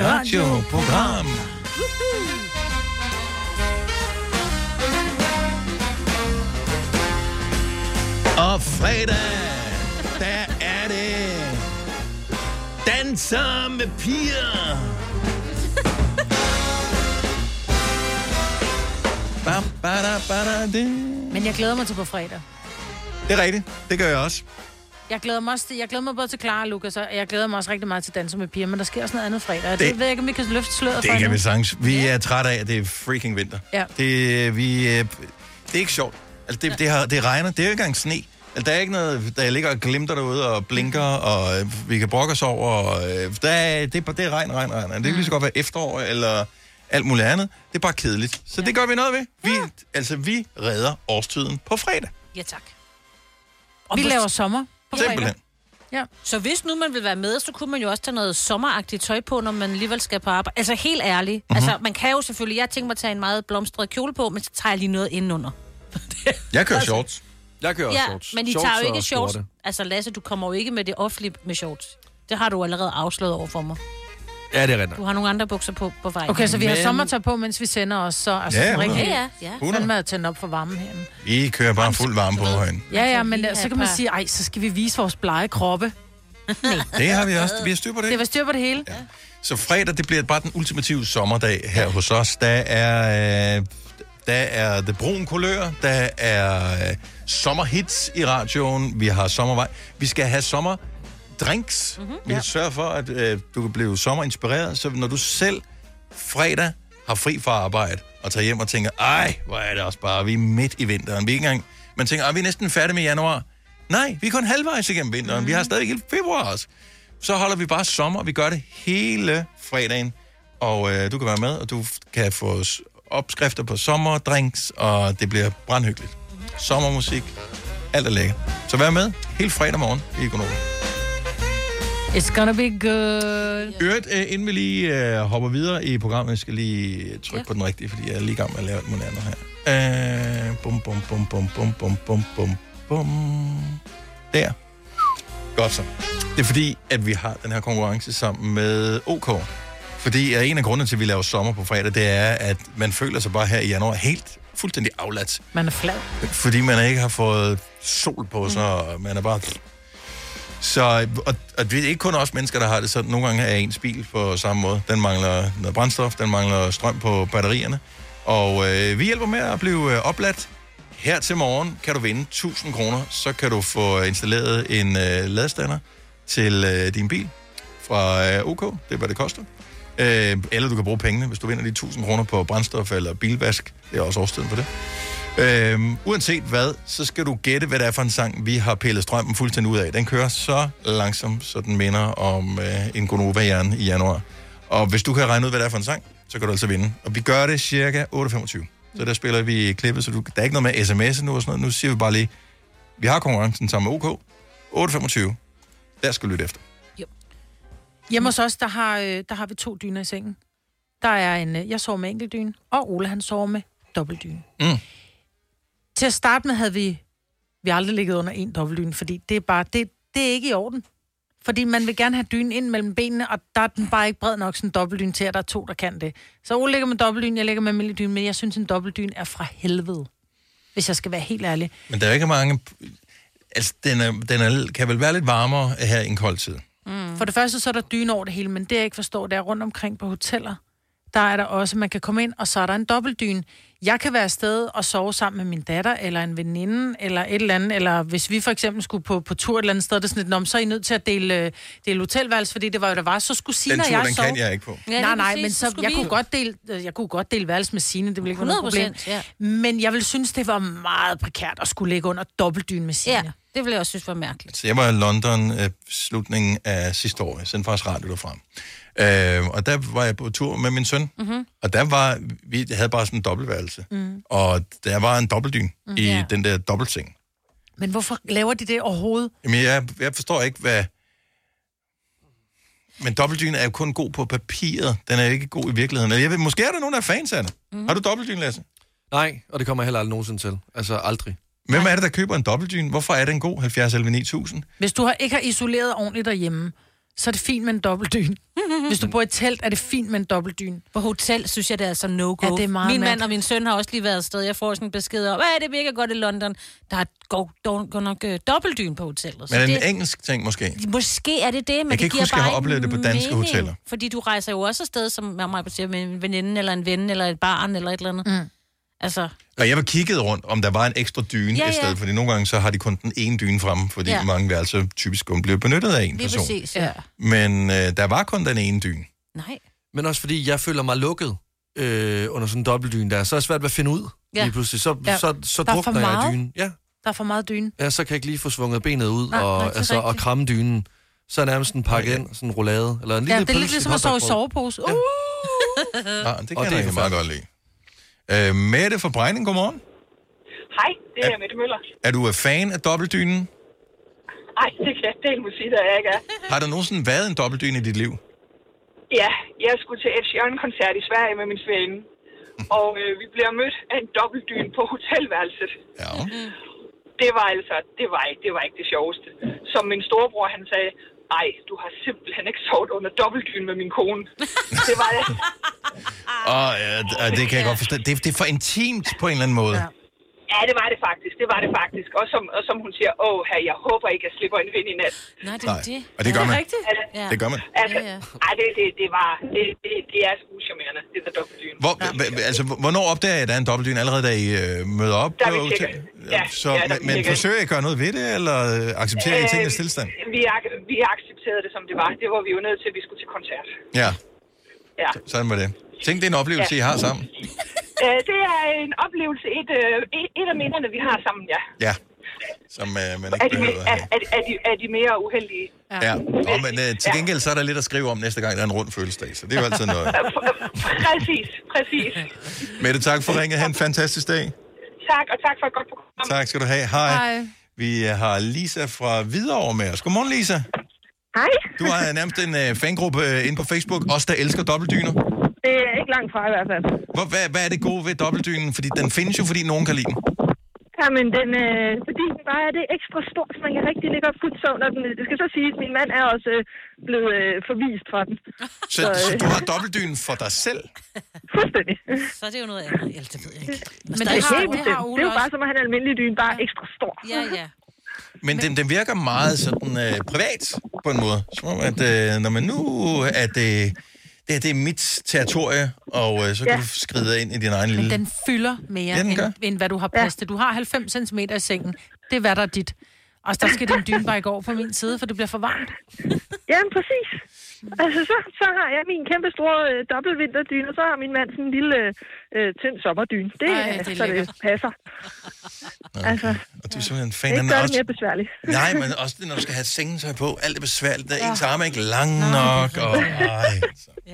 [SPEAKER 1] radioprogram. Og fredag, der er det Danser med piger. Bam, bada, bada, det.
[SPEAKER 2] Men jeg glæder mig til på fredag.
[SPEAKER 1] det er rigtigt, det gør jeg også.
[SPEAKER 2] Jeg glæder mig, også, til- jeg glæder mig både til Clara og Lukas, og jeg glæder mig også rigtig meget til Danser med piger, men der sker også noget andet fredag. og Det,
[SPEAKER 1] Det-
[SPEAKER 2] det ved jeg ikke, om vi kan løfte sløret for
[SPEAKER 1] Det kan
[SPEAKER 2] endnu.
[SPEAKER 1] vi sagtens. Vi er trætte af, at det er freaking vinter.
[SPEAKER 2] Ja.
[SPEAKER 1] Det, vi, øh, Det er ikke sjovt. Altså, det, det, har, det regner. Det er jo ikke engang sne. Altså, der er ikke noget, der ligger og glimter derude og blinker, og
[SPEAKER 5] Mm-hmm.
[SPEAKER 1] øh, vi kan brokke os over. Og, øh, der er, det, er bare- det er regn, regn, regn. Det kan
[SPEAKER 5] Mm.
[SPEAKER 1] lige så godt være efterår eller alt muligt andet. Det er bare kedeligt. Så det gør vi noget ved. Vi, altså, vi redder årstiden på fredag.
[SPEAKER 3] Ja, tak.
[SPEAKER 2] Vi laver sommer.
[SPEAKER 3] på
[SPEAKER 1] Simpelthen.
[SPEAKER 2] Ja.
[SPEAKER 3] Så hvis nu man vil være med, så kunne man jo også tage noget sommeragtigt tøj på, når man alligevel skal på arbejde. Altså helt ærligt.
[SPEAKER 1] Mhm.
[SPEAKER 3] Mm-hmm. Altså man kan jo selvfølgelig, jeg tænker mig at tage en meget blomstret kjole på, men så tager jeg lige noget indenunder.
[SPEAKER 1] Jeg kører shorts.
[SPEAKER 5] Jeg kører også
[SPEAKER 3] ja,
[SPEAKER 5] shorts.
[SPEAKER 3] men de
[SPEAKER 5] shorts
[SPEAKER 3] tager jo
[SPEAKER 5] og
[SPEAKER 3] ikke shorts.
[SPEAKER 5] skjorte.
[SPEAKER 3] Altså Lasse, du kommer jo ikke med det offentlige med shorts. Det har du allerede afslået over for mig.
[SPEAKER 5] Ja, det er rigtigt.
[SPEAKER 3] Du har nogle andre bukser på på vej.
[SPEAKER 2] Okay, så vi har
[SPEAKER 5] Men-
[SPEAKER 2] sommertøj på, mens vi sender os, så altså,
[SPEAKER 1] Ja,
[SPEAKER 2] sådan
[SPEAKER 1] hundrede.
[SPEAKER 2] rigtig.
[SPEAKER 1] Ja, ja, ja.
[SPEAKER 2] ja. Fandme at tænde op for varmen herinde.
[SPEAKER 1] I kører bare fuld varme på højen.
[SPEAKER 2] Ja, ja, men øh, så kan man sige, ej, så skal vi vise vores blege kroppe.
[SPEAKER 1] *laughs* Det har vi også. Vi har styr på det.
[SPEAKER 2] Det var styr på det hele.
[SPEAKER 1] Så fredag, det bliver bare den ultimative sommerdag her hos os. Der er, øh, der er det brun kulør, der er øh, sommerhits i radioen, vi har sommervej. Vi skal have sommerdrinks. Mm-hmm, vi ja. sørger for, at øh, du kan blive sommerinspireret, så når du selv fredag har fri fra arbejde og tager hjem og tænker, ej, hvor er det også bare, vi er midt i vinteren. Vi er ikke engang, man tænker, "Ej, vi er næsten færdige med januar. Nej, vi er kun halvvejs igennem vinteren. Mm. Vi har stadig hele februar også. Så holder vi bare sommer, og vi gør det hele fredagen. Og øh, du kan være med, og du f- kan få s- opskrifter på sommerdrinks, og det bliver brandhyggeligt. Sommermusik, alt er lækkert. Så vær med hele fredag morgen i Gonova.
[SPEAKER 2] It's gonna be good.
[SPEAKER 1] Øvrigt, øh, inden vi lige øh, hopper videre i programmet, jeg skal lige trykke ja. på den rigtige, fordi jeg er lige i gang med at lave alt muligt andet her. Øh, bum, bum, bum, bum, bum, bum, bum, bum,
[SPEAKER 2] *laughs*
[SPEAKER 1] bum. Der. Godt så. Det er fordi, at vi har den her konkurrence sammen med OK. Fordi øh, en af grundene til, at vi laver sommer på fredag, det er, at man føler sig bare her i januar helt fuldstændig afladt.
[SPEAKER 2] Man er flad.
[SPEAKER 1] Fordi man ikke har fået sol på sig, og man er bare... Så, og, og det er ikke kun os mennesker, der har det sådan. Nogle gange er ens bil på samme måde. Den mangler noget brændstof, den mangler strøm på batterierne. Og øh, vi hjælper med at blive øh, opladt. Her til morgen kan du vinde 1000 kroner. Så kan du få installeret en øh, ladestander til øh, din bil fra øh, OK. Det er, hvad det koster. Øh, eller du kan bruge pengene, hvis du vinder de 1000 kroner på brændstof eller bilvask. Det er også årstiden for det. Øhm, uanset hvad, så skal du gætte, hvad det er for en sang, vi har pillet strømmen fuldstændig ud af. Den kører så langsomt, så den minder om øh, en Gonova-hjerne i januar. Og hvis du kan regne ud, hvad det er for en sang, så kan du altså vinde. Og vi gør det cirka 8.25. Så der spiller vi klippet, så du, der er ikke noget med sms'er nu og sådan noget. Nu siger vi bare lige, vi har konkurrencen sammen med OK. 8.25. Der skal du lytte efter.
[SPEAKER 2] Hjemme hos os, der har, øh, der har vi to dyner i sengen. Der er en, øh, jeg sover med enkeltdyne, og Ole han sover med dobbeltdyne.
[SPEAKER 1] Mm.
[SPEAKER 2] Til at starte med havde vi, vi har aldrig ligget under en dobbeltdyne, fordi det er bare, det, det er ikke i orden. Fordi man vil gerne have dynen ind mellem benene, og der er den bare ikke bred nok, sådan en dobbeltdyne til, at der er to, der kan det. Så Ole ligger med dobbeltdyne, jeg ligger med almindelig dyne, men jeg synes, en dobbeltdyne er fra helvede. Hvis jeg skal være helt ærlig.
[SPEAKER 1] Men der er ikke mange... Altså, den, er, den er, kan vel være lidt varmere her i en kold tid.
[SPEAKER 2] Mm. For det første, så er der dyne over det hele, men det jeg ikke forstår, det er rundt omkring på hoteller, der er der også, man kan komme ind, og så er der en dobbeltdyne. Jeg kan være afsted og sove sammen med min datter, eller en veninde, eller et eller andet, eller hvis vi for eksempel skulle på, på tur et eller andet sted, det er sådan lidt, "Nå, men så er I nødt til at dele, øh, dele hotelværelse, fordi det var jo der var, så skulle Sina
[SPEAKER 1] Den tur,
[SPEAKER 2] og jeg
[SPEAKER 1] den
[SPEAKER 2] sove.
[SPEAKER 1] kan jeg ikke på.
[SPEAKER 2] Ja,
[SPEAKER 1] Ja, lige
[SPEAKER 2] nej, nej,
[SPEAKER 1] præcis.
[SPEAKER 2] men
[SPEAKER 1] Så
[SPEAKER 2] så,
[SPEAKER 1] skulle
[SPEAKER 2] jeg,
[SPEAKER 1] vi
[SPEAKER 2] kunne
[SPEAKER 1] ud.
[SPEAKER 2] godt dele, øh, jeg kunne godt dele værelse med Sine, det ville ikke være noget problem.
[SPEAKER 3] 100%, ja.
[SPEAKER 2] Men jeg vil synes, det var meget prekært at skulle ligge under dobbeltdyne med Sine. Ja,
[SPEAKER 3] det ville jeg også synes var mærkeligt.
[SPEAKER 1] Så jeg var i London øh, slutningen af sidste år. Jeg sendte faktisk radio derfra. Øh, og der var jeg på tur med min søn.
[SPEAKER 2] Mm-hmm.
[SPEAKER 16] Mhm.
[SPEAKER 1] Og der var, vi havde bare sådan en dobbeltværelse.
[SPEAKER 2] Mm.
[SPEAKER 1] Og der var en dobbeltdyn
[SPEAKER 2] Mm,
[SPEAKER 1] mm, i
[SPEAKER 2] ja.
[SPEAKER 1] den der dobbeltseng.
[SPEAKER 2] Men hvorfor laver de det overhovedet?
[SPEAKER 1] Jamen, jeg, jeg forstår ikke, hvad... Men dobbeltdyn er jo kun god på papiret. Den er jo ikke god i virkeligheden. Eller Jeg ved, måske er der nogen, der er fans af det. Mm. Har du dobbeltdyn, Lasse?
[SPEAKER 5] Nej, og det kommer jeg heller aldrig nogensinde til. Altså aldrig.
[SPEAKER 1] Hvem er det, der køber en dobbeltdyn? Hvorfor er den god? 70 11 9000?
[SPEAKER 2] Hvis du har, ikke har isoleret ordentligt derhjemme, så er det fint med en
[SPEAKER 3] *laughs*
[SPEAKER 2] dobbeltdyne. Hvis du bor i et telt, er det fint med en dobbeltdyne.
[SPEAKER 3] På hotel synes jeg, det er så no-go.
[SPEAKER 2] Ja, det er meget
[SPEAKER 3] Min mand
[SPEAKER 2] mærkeligt.
[SPEAKER 3] og min søn har også lige været afsted. Jeg får sådan en besked om, at det virker godt i London. Der er godt dog- godt nok øh, dobbeltdyn på hotellet.
[SPEAKER 1] Men er det
[SPEAKER 3] det,
[SPEAKER 1] en engelsk ting måske?
[SPEAKER 3] Måske er det det, men
[SPEAKER 1] Jeg kan
[SPEAKER 3] det
[SPEAKER 1] ikke
[SPEAKER 3] giver
[SPEAKER 1] huske,
[SPEAKER 3] bare
[SPEAKER 1] jeg har oplevet det på danske
[SPEAKER 3] mening,
[SPEAKER 1] hoteller.
[SPEAKER 3] Fordi du rejser jo også afsted, som man mig siger, med en veninde, eller en ven, eller et barn, eller et eller andet. Mm. Altså,
[SPEAKER 1] Og jeg var kigget rundt, om der var en ekstra dyne
[SPEAKER 3] Ja,
[SPEAKER 1] ja,
[SPEAKER 3] ja.
[SPEAKER 1] ja. i stedet, fordi nogle gange så har de kun den ene dyne fremme, fordi
[SPEAKER 3] Ja.
[SPEAKER 1] ja. mange værelser typisk kun bliver benyttet af en
[SPEAKER 3] lige
[SPEAKER 1] person.
[SPEAKER 3] præcis. Ja.
[SPEAKER 1] Men øh, der var kun den ene dyne.
[SPEAKER 3] Nej.
[SPEAKER 5] Men også fordi jeg føler mig lukket. øh, under sådan en dobbeltdyne der, så er det svært ved at finde ud.
[SPEAKER 2] Ja.
[SPEAKER 5] Ja. Lige pludselig, så,
[SPEAKER 2] Ja.
[SPEAKER 5] ja. så, så
[SPEAKER 2] Der er for
[SPEAKER 5] drukner jeg
[SPEAKER 2] meget.
[SPEAKER 5] i dynen. Ja.
[SPEAKER 2] Der er for meget dyne.
[SPEAKER 5] ja, så kan jeg ikke lige få svunget benet ud
[SPEAKER 2] Nej,
[SPEAKER 5] nej, og,
[SPEAKER 2] nej, det er
[SPEAKER 5] nej, altså, og
[SPEAKER 2] rigtigt.
[SPEAKER 5] kramme dynen. Så er nærmest en pakke ind, sådan en roulade. Eller en
[SPEAKER 2] Ja, det
[SPEAKER 5] lille
[SPEAKER 2] er lidt
[SPEAKER 5] pølse,
[SPEAKER 2] ligesom
[SPEAKER 5] et
[SPEAKER 2] at sove i
[SPEAKER 5] hotdogbrød.
[SPEAKER 2] sovepose. Uh!
[SPEAKER 1] Ja, det kan
[SPEAKER 5] Og
[SPEAKER 1] jeg
[SPEAKER 5] det er
[SPEAKER 1] rigtig meget godt lide. Øh, Mette fra Brejning, godmorgen.
[SPEAKER 19] Hej, det er Mette Møller.
[SPEAKER 1] Er du øh, fan af dobbeltdynen?
[SPEAKER 19] Ej, det kan jeg delt med sige, at jeg ikke er.
[SPEAKER 1] Har der nogensinde været en dobbeltdyne i dit liv?
[SPEAKER 19] Ja, jeg skulle til Ed Sheeran-koncert i Sverige med min sveninde. Og øh, vi bliver mødt af en dobbeltdyn på hotelværelset.
[SPEAKER 1] Ja.
[SPEAKER 19] Det var altså, det var ikke det, var ikke det sjoveste. Som min storebror, han sagde, ej, du har simpelthen ikke sovet under dobbeltdyn med min kone. Det var jeg. Ah.
[SPEAKER 1] Og øh, det kan jeg godt forstå. Det, det er for intimt på en eller anden måde.
[SPEAKER 19] Ja, det var det faktisk. Det var det faktisk. Og som, og som hun siger, åh her, jeg håber ikke, jeg slipper en vind i nat.
[SPEAKER 3] Nej,
[SPEAKER 1] det er Nej, det. og det gør man.
[SPEAKER 3] rigtigt.
[SPEAKER 19] Altså,
[SPEAKER 1] Ja. Det gør man.
[SPEAKER 19] Altså, ja, ja. Ej, det, det, det var, det, det, det er sgu charmerende, det der dobbeltdyn.
[SPEAKER 1] Hvor, h- h- altså, hvornår opdager I, at der er en dobbeltdyne allerede, da I øh, møder op?
[SPEAKER 19] Der er vi
[SPEAKER 1] på
[SPEAKER 19] tjekker.
[SPEAKER 1] hotel-
[SPEAKER 19] Ja,
[SPEAKER 1] så,
[SPEAKER 19] ja, der er vi
[SPEAKER 1] men, men
[SPEAKER 19] tjekker.
[SPEAKER 1] forsøger I at gøre noget ved det, eller øh, accepterer I
[SPEAKER 19] Øh,
[SPEAKER 1] tingens tilstand?
[SPEAKER 19] Vi, ak- vi accepterede det, som det var. Det var vi jo nødt til, at vi skulle til koncert.
[SPEAKER 1] Ja,
[SPEAKER 19] Ja.
[SPEAKER 1] sådan var det. Tænk, det er en oplevelse,
[SPEAKER 19] Ja.
[SPEAKER 1] I har sammen.
[SPEAKER 19] Øh, det er en oplevelse, et, øh, et, et af minderne, vi har sammen, ja.
[SPEAKER 1] Ja, som øh, man
[SPEAKER 19] Er
[SPEAKER 1] ikke
[SPEAKER 19] de,
[SPEAKER 1] behøver
[SPEAKER 19] me-
[SPEAKER 1] at
[SPEAKER 19] er,
[SPEAKER 1] have.
[SPEAKER 19] er, er, de, er de mere uheldige?
[SPEAKER 1] Ja, og, men øh, til gengæld så er der lidt at skrive om næste gang, der er en rund fødselsdag, så det er jo altid noget.
[SPEAKER 19] *laughs* Præcis, præcis.
[SPEAKER 1] Mette, tak for ringet. Ha' en fantastisk dag.
[SPEAKER 19] Tak, og tak for et godt program.
[SPEAKER 1] Tak skal du have. Hej. Vi øh, har Lisa fra Hvidovre med os. Godmorgen, Lisa.
[SPEAKER 4] Hej.
[SPEAKER 1] Du har nærmest en øh, fangruppe øh, inde på Facebook, os der elsker dobbeltdyner.
[SPEAKER 4] Det er ikke langt fra i hvert fald.
[SPEAKER 1] Hvor, hvad, hvad er det gode ved dobbeltdynen? Fordi den findes jo, fordi nogen kan lide den.
[SPEAKER 4] Jamen, den, øh, fordi den bare er det ekstra stor, så man kan rigtig ligge og putte søvn. Og den, det skal så siges, at min mand er også øh, blevet øh, forvist fra den.
[SPEAKER 1] Så, så, øh. så du har dobbeltdynen for dig selv?
[SPEAKER 4] Fuldstændig.
[SPEAKER 3] Så er det jo noget andet. Eller, det ved jeg ikke. Men,
[SPEAKER 4] det,
[SPEAKER 3] der
[SPEAKER 4] er
[SPEAKER 3] er
[SPEAKER 4] helt
[SPEAKER 3] stor-
[SPEAKER 4] bestemt. det, er jo bare som at have en almindelig dyne, bare ekstra stor.
[SPEAKER 3] Ja, ja.
[SPEAKER 1] Men den, den virker meget sådan øh, privat på en måde. Som om, at øh, når man nu er det, det, her, det er mit territorie, og øh, så kan
[SPEAKER 2] Ja.
[SPEAKER 1] du skride ind i din egen
[SPEAKER 2] Men
[SPEAKER 1] lille...
[SPEAKER 2] den fylder mere,
[SPEAKER 1] Ja, den gør.
[SPEAKER 2] end, end hvad du har plads til. Du har 90 cm i sengen. Det er, hvad der er dit. Og der skal din dyne bare gå over på min side, for det bliver for varmt.
[SPEAKER 4] Jamen, præcis. *laughs* Altså, så, så har jeg min kæmpe store øh, dobbeltvinterdyne, og så har min mand sådan en lille øh, tynd sommerdyne. Det,
[SPEAKER 2] Ej, det
[SPEAKER 4] Ej,
[SPEAKER 2] er
[SPEAKER 4] det så det
[SPEAKER 2] lækkert.
[SPEAKER 4] passer. Altså,
[SPEAKER 1] Og du er simpelthen
[SPEAKER 4] det
[SPEAKER 1] fan af den
[SPEAKER 4] gør det
[SPEAKER 1] også.
[SPEAKER 4] mere besværligt.
[SPEAKER 1] Nej, men også det, når du skal have sengetøj på. Alt er besværligt. Der er ens arme er ikke lang nok. Og, ej, så.
[SPEAKER 4] Det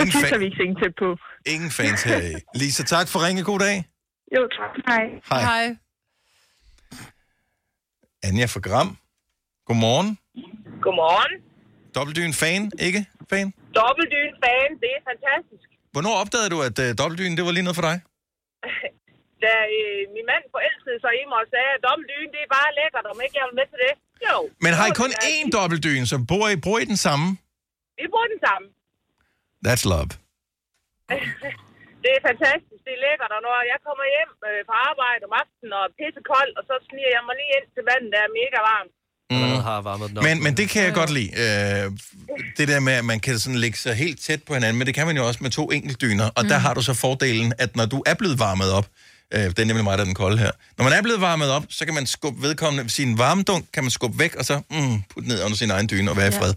[SPEAKER 1] Ingen,
[SPEAKER 4] passer
[SPEAKER 1] fan,
[SPEAKER 4] vi ikke sengetæt på.
[SPEAKER 1] ingen fans her i. Lisa, tak for ringe. God dag.
[SPEAKER 4] Jo, tak. Hej.
[SPEAKER 1] Hej.
[SPEAKER 2] Hej.
[SPEAKER 1] Anja fra Gram. Godmorgen.
[SPEAKER 21] Godmorgen.
[SPEAKER 1] Dobbeltdyn fan, ikke fan?
[SPEAKER 21] Dobbeltdyn fan, det er fantastisk.
[SPEAKER 1] Hvornår opdagede du, at øh, dobbeltdyn, det var lige noget for dig?
[SPEAKER 21] *laughs* Da øh, min mand forelskede sig i mig og sagde, at dobbeltdyn, det er bare lækkert, om ikke jeg vil med til det. Jo.
[SPEAKER 1] Men har I
[SPEAKER 21] Så
[SPEAKER 1] kun
[SPEAKER 21] det er-
[SPEAKER 1] én dobbeltdyn, så bor I, bruger I den samme?
[SPEAKER 21] Vi bruger den samme.
[SPEAKER 1] That's love.
[SPEAKER 21] *laughs* det er fantastisk, det er lækkert, og når jeg kommer hjem øh, fra arbejde om aftenen og er pissekold, og så sniger jeg mig lige ind til vandet, der er mega varmt.
[SPEAKER 1] Mm.
[SPEAKER 5] Har varmet den op.
[SPEAKER 1] Men, men det kan jeg godt lide. Øh, det der med, at man kan sådan lægge sig helt tæt på hinanden, men det kan man jo også med to enkeltdyner, og mm. der har du så fordelen, at når du er blevet varmet op, øh, det er nemlig mig, der er den kolde her, når man er blevet varmet op, så kan man skubbe vedkommende, sin varmedunk kan man skubbe væk, og så mm, putte ned under sin egen dyne og være i fred.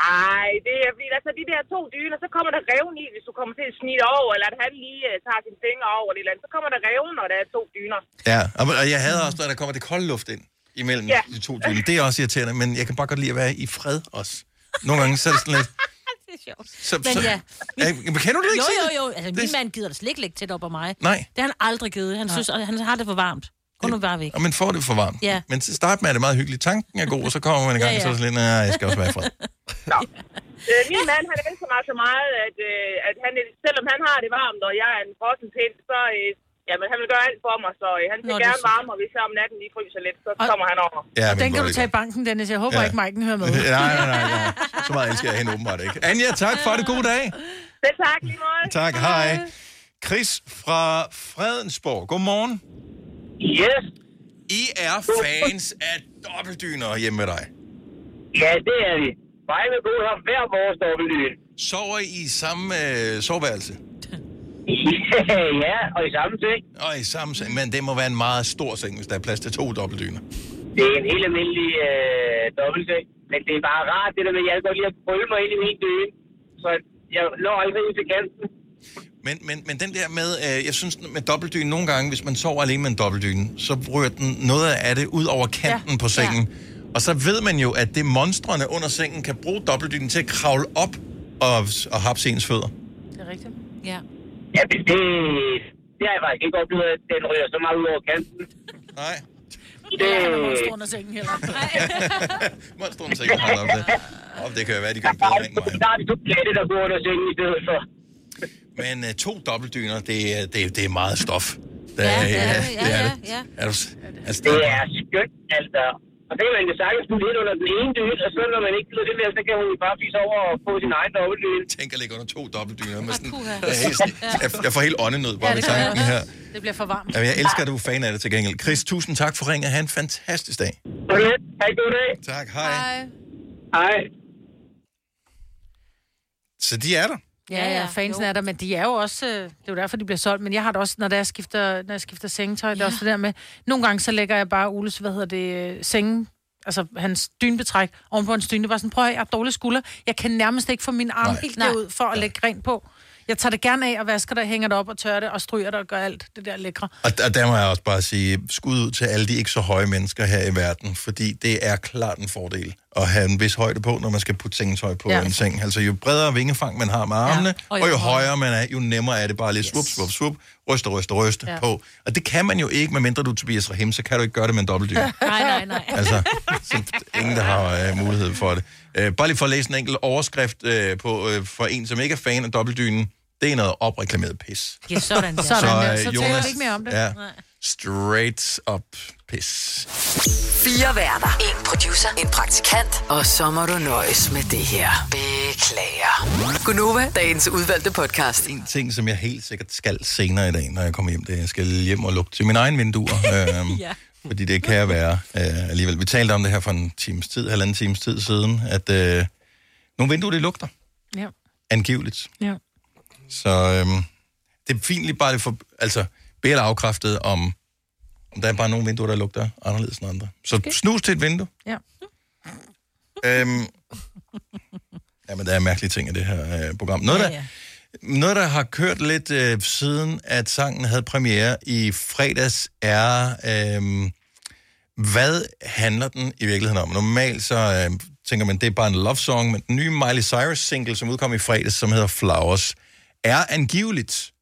[SPEAKER 21] Nej, det er fordi, altså de der to dyner, så kommer der revne i, hvis du kommer til at snige dig over, eller at han lige øh, tager sine fingre over det eller andet, så kommer der revne, når der er to dyner.
[SPEAKER 1] Ja, og, og jeg hader også, når der kommer det kolde luft ind imellem
[SPEAKER 21] Ja.
[SPEAKER 1] ja. de to dyner. Det er også irriterende, men jeg kan bare godt lide at være i fred også. Nogle gange så er det sådan lidt...
[SPEAKER 3] *laughs* Det er sjovt.
[SPEAKER 1] Så,
[SPEAKER 3] Men
[SPEAKER 1] så,
[SPEAKER 3] ja.
[SPEAKER 1] Ja, men kender du det ikke
[SPEAKER 3] Jo,
[SPEAKER 1] selv?
[SPEAKER 3] jo, jo. Altså, min
[SPEAKER 1] Det-
[SPEAKER 3] mand gider da slet ikke ligge tæt op ad mig.
[SPEAKER 1] Nej.
[SPEAKER 3] Det har han aldrig givet. Han, synes, han har det for varmt. Gå nu bare væk.
[SPEAKER 1] Og man får det for varmt.
[SPEAKER 3] Ja.
[SPEAKER 1] Men til start med er det meget hyggeligt. Tanken er god, og så kommer man i gang,
[SPEAKER 21] Ja, ja.
[SPEAKER 1] ja, ja. så er det sådan lidt, nej, jeg skal også være
[SPEAKER 3] *laughs*
[SPEAKER 21] *laughs*
[SPEAKER 1] i fred. *laughs*
[SPEAKER 21] Øh, min mand, han elsker mig så meget, at, øh, at han, selvom han har det varmt, og jeg er en frossen pind, så øh, jamen, han vil gøre alt for mig, så øh, han skal
[SPEAKER 2] Nå,
[SPEAKER 21] Nå,
[SPEAKER 2] det er
[SPEAKER 21] gerne
[SPEAKER 2] super.
[SPEAKER 21] varme, og hvis jeg om natten lige fryser lidt, så kommer han over.
[SPEAKER 1] Ja,
[SPEAKER 2] og
[SPEAKER 1] men
[SPEAKER 2] den kan
[SPEAKER 1] hvor
[SPEAKER 2] du
[SPEAKER 1] er det
[SPEAKER 2] tage i banken, Dennis. Jeg håber
[SPEAKER 1] *laughs* Ja.
[SPEAKER 2] ja. ikke, Maiken hører med.
[SPEAKER 1] nej, nej, nej, nej. Så meget elsker jeg hende åbenbart ikke. Anja, tak for det. God dag.
[SPEAKER 21] Selv tak lige meget.
[SPEAKER 1] Tak, hej. Chris fra Fredensborg. Godmorgen.
[SPEAKER 22] Yes.
[SPEAKER 1] I er fans af dobbeltdyner hjemme med dig.
[SPEAKER 22] Ja, det er vi. Mig med gode har hver vores dobbeltdyne.
[SPEAKER 1] Sover I i samme øh, soveværelse?
[SPEAKER 22] *laughs* ja, og i samme seng.
[SPEAKER 1] Og i samme seng. Men det må være en meget stor seng, hvis der er plads til to dobbeltdyner.
[SPEAKER 22] Det er en helt almindelig øh, dobbeltseng. Men det er bare rart, det der med, at jeg kan godt lide at brølle mig ind i min dyne. Så jeg når ikke ud til kanten.
[SPEAKER 1] Men, men, men den der med, øh, jeg synes med dobbeltdyne nogle gange, hvis man sover alene med en dobbeltdyne, så ryger den noget af det ud over kanten ja. på sengen. Ja. Og så ved man jo, at det monstrene under sengen kan bruge dobbeltdynen til at kravle op og, og hapse ens fødder.
[SPEAKER 2] Det er rigtigt. Ja.
[SPEAKER 22] Ja, det, det, det har jeg faktisk ikke oplevet, at den ryger så meget ud over kanten.
[SPEAKER 1] Nej.
[SPEAKER 22] Det,
[SPEAKER 2] Monster under sengen
[SPEAKER 22] *laughs*
[SPEAKER 2] heller. Nej.
[SPEAKER 1] Monster under sengen holder op det. Og det kan jo være, de gør det bedre end mig.
[SPEAKER 22] der er en duplette, der går under sengen i stedet for.
[SPEAKER 1] Men øh, to dobbeltdyner, det, er- det, er- det er meget stof. Der,
[SPEAKER 22] Ja,
[SPEAKER 1] øh,
[SPEAKER 22] det er det. Ja,
[SPEAKER 1] *laughs* det er
[SPEAKER 22] ja,
[SPEAKER 1] det.
[SPEAKER 22] ja.
[SPEAKER 1] Er du, s- altså,
[SPEAKER 22] Det er skønt, altså. Og det kan man jo sagtens putte lidt under den ene dyne, og så når man ikke gider det mere, så kan hun jo bare fise over og få sin egen dobbeltdyne.
[SPEAKER 1] Tænk at ligge under to dobbeltdyner. Med sådan,
[SPEAKER 22] puha.
[SPEAKER 1] jeg, er helt, jeg, jeg får helt åndenød bare ved tanken her.
[SPEAKER 2] Det bliver for varmt.
[SPEAKER 1] Jamen, jeg elsker, at du er fan af det til gengæld. Chris, tusind tak for ringet. Ha' en fantastisk dag.
[SPEAKER 22] Hej, god dag.
[SPEAKER 1] Tak, hej.
[SPEAKER 2] Hej.
[SPEAKER 22] Hej.
[SPEAKER 1] Så de er der.
[SPEAKER 2] Ja, ja, fansen jo. er der, men de er jo også, øh, det er jo derfor, de bliver solgt, men jeg har det også, når det er, jeg skifter, når jeg skifter sengetøj, ja. det er også det der med, nogle gange så lægger jeg bare Oles, hvad hedder det, øh, sengen, altså hans dynbetræk, ovenpå hans dyne, Det er bare sådan, prøv at høre, jeg har dårlige skulder, jeg kan nærmest ikke få min arm Nej. helt
[SPEAKER 3] Nej.
[SPEAKER 2] derud for at lægge rent på. Jeg tager det gerne af og vasker det, hænger det op og tørrer det og stryger det og gør alt det der lækre.
[SPEAKER 1] Og, og der må jeg også bare sige, skud ud til alle de ikke så høje mennesker her i verden, fordi det er klart en fordel at have en vis højde på, når man skal putte sengetøj på ja.
[SPEAKER 2] Ja.
[SPEAKER 1] en seng. Altså jo bredere vingefang man har med armene, ja. og, jo og jo højere man er, jo nemmere er det bare lige svup, svup, svup, ryste, ryste, ryste ja.
[SPEAKER 2] Ja.
[SPEAKER 1] på. Og det kan man jo ikke, medmindre du er Tobias Rahim, så kan du ikke gøre det med en dobbeltdyr.
[SPEAKER 2] *laughs*
[SPEAKER 1] *laughs*
[SPEAKER 2] Nej, nej, nej.
[SPEAKER 1] Altså, så ingen, der har øh, mulighed for det. Øh, bare lige for at læse en enkelt overskrift øh, på, øh, for en, som ikke er fan af dobbeltdynen. Det er noget opreklameret pis.
[SPEAKER 3] Ja, sådan der.
[SPEAKER 1] Så,
[SPEAKER 3] Sådan der.
[SPEAKER 1] øh,
[SPEAKER 3] Så taler vi
[SPEAKER 1] Jonas,
[SPEAKER 3] ikke mere om det.
[SPEAKER 1] Ja,
[SPEAKER 3] Nej.
[SPEAKER 1] straight up pis.
[SPEAKER 6] Fire værter. En producer. En praktikant. Og så må du nøjes med det her. Beklager. Gunova, dagens udvalgte podcast.
[SPEAKER 1] En ting, som jeg helt sikkert skal senere i dag, når jeg kommer hjem, det er, at jeg skal hjem og lukke til mine egne
[SPEAKER 2] *laughs*
[SPEAKER 1] vinduer. øhm,
[SPEAKER 6] Ja.
[SPEAKER 1] Fordi det kan jeg være øh, alligevel. Vi talte om det her for en times tid, halvanden times tid siden, at øh, nogle vinduer, det lugter.
[SPEAKER 2] Ja.
[SPEAKER 1] Angiveligt.
[SPEAKER 2] Ja.
[SPEAKER 1] Så øhm, det er fint lige bare, det for, altså, bed eller afkræftet, om, om der er bare nogle vinduer, der lugter anderledes end andre. Så okay. snus til et vindue.
[SPEAKER 2] Ja.
[SPEAKER 1] Øhm, jamen, der er mærkelige ting i det her øh, program. Noget, der, ja, noget, der har kørt lidt øh, siden, at sangen havde premiere i fredags, er, øh, hvad handler den i virkeligheden om? Normalt så øh, tænker man, det er bare en love song, men den nye Miley Cyrus-single, som udkom i fredags, som hedder Flowers, er angiveligt.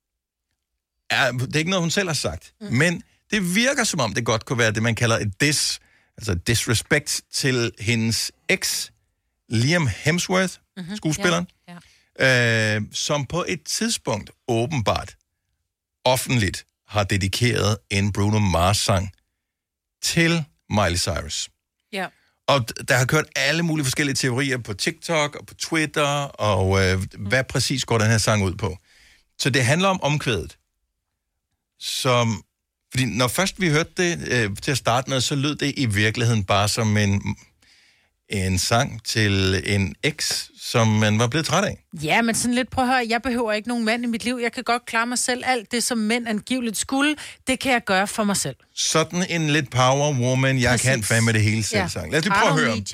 [SPEAKER 1] Er, det er ikke noget, hun selv har sagt, mm. men det virker som om, det godt kunne være det, man kalder et dis, altså et disrespect til hendes eks, Liam Hemsworth,
[SPEAKER 2] Mhm.
[SPEAKER 7] Mhm,
[SPEAKER 1] mm-hmm. skuespilleren, ja. øh, som på et tidspunkt åbenbart offentligt har dedikeret en Bruno Mars-sang til Miley Cyrus.
[SPEAKER 2] Ja.
[SPEAKER 1] Og d- der har kørt alle mulige forskellige teorier på TikTok og på Twitter, og øh, hvad præcis går den her sang ud på. Så det handler om omkvædet. Som, fordi når først vi hørte det øh, til at starte med, så lød det i virkeligheden bare som en, en sang til en eks, som man var blevet træt af.
[SPEAKER 2] Ja, men sådan lidt, prøv at høre, jeg behøver ikke nogen mand i mit liv. Jeg kan godt klare mig selv. Alt det, som mænd angiveligt skulle, det kan jeg gøre for mig selv.
[SPEAKER 1] Sådan en lidt power woman, jeg Præcis. kan fandme det hele selv sang. Lad os lige prøve at høre.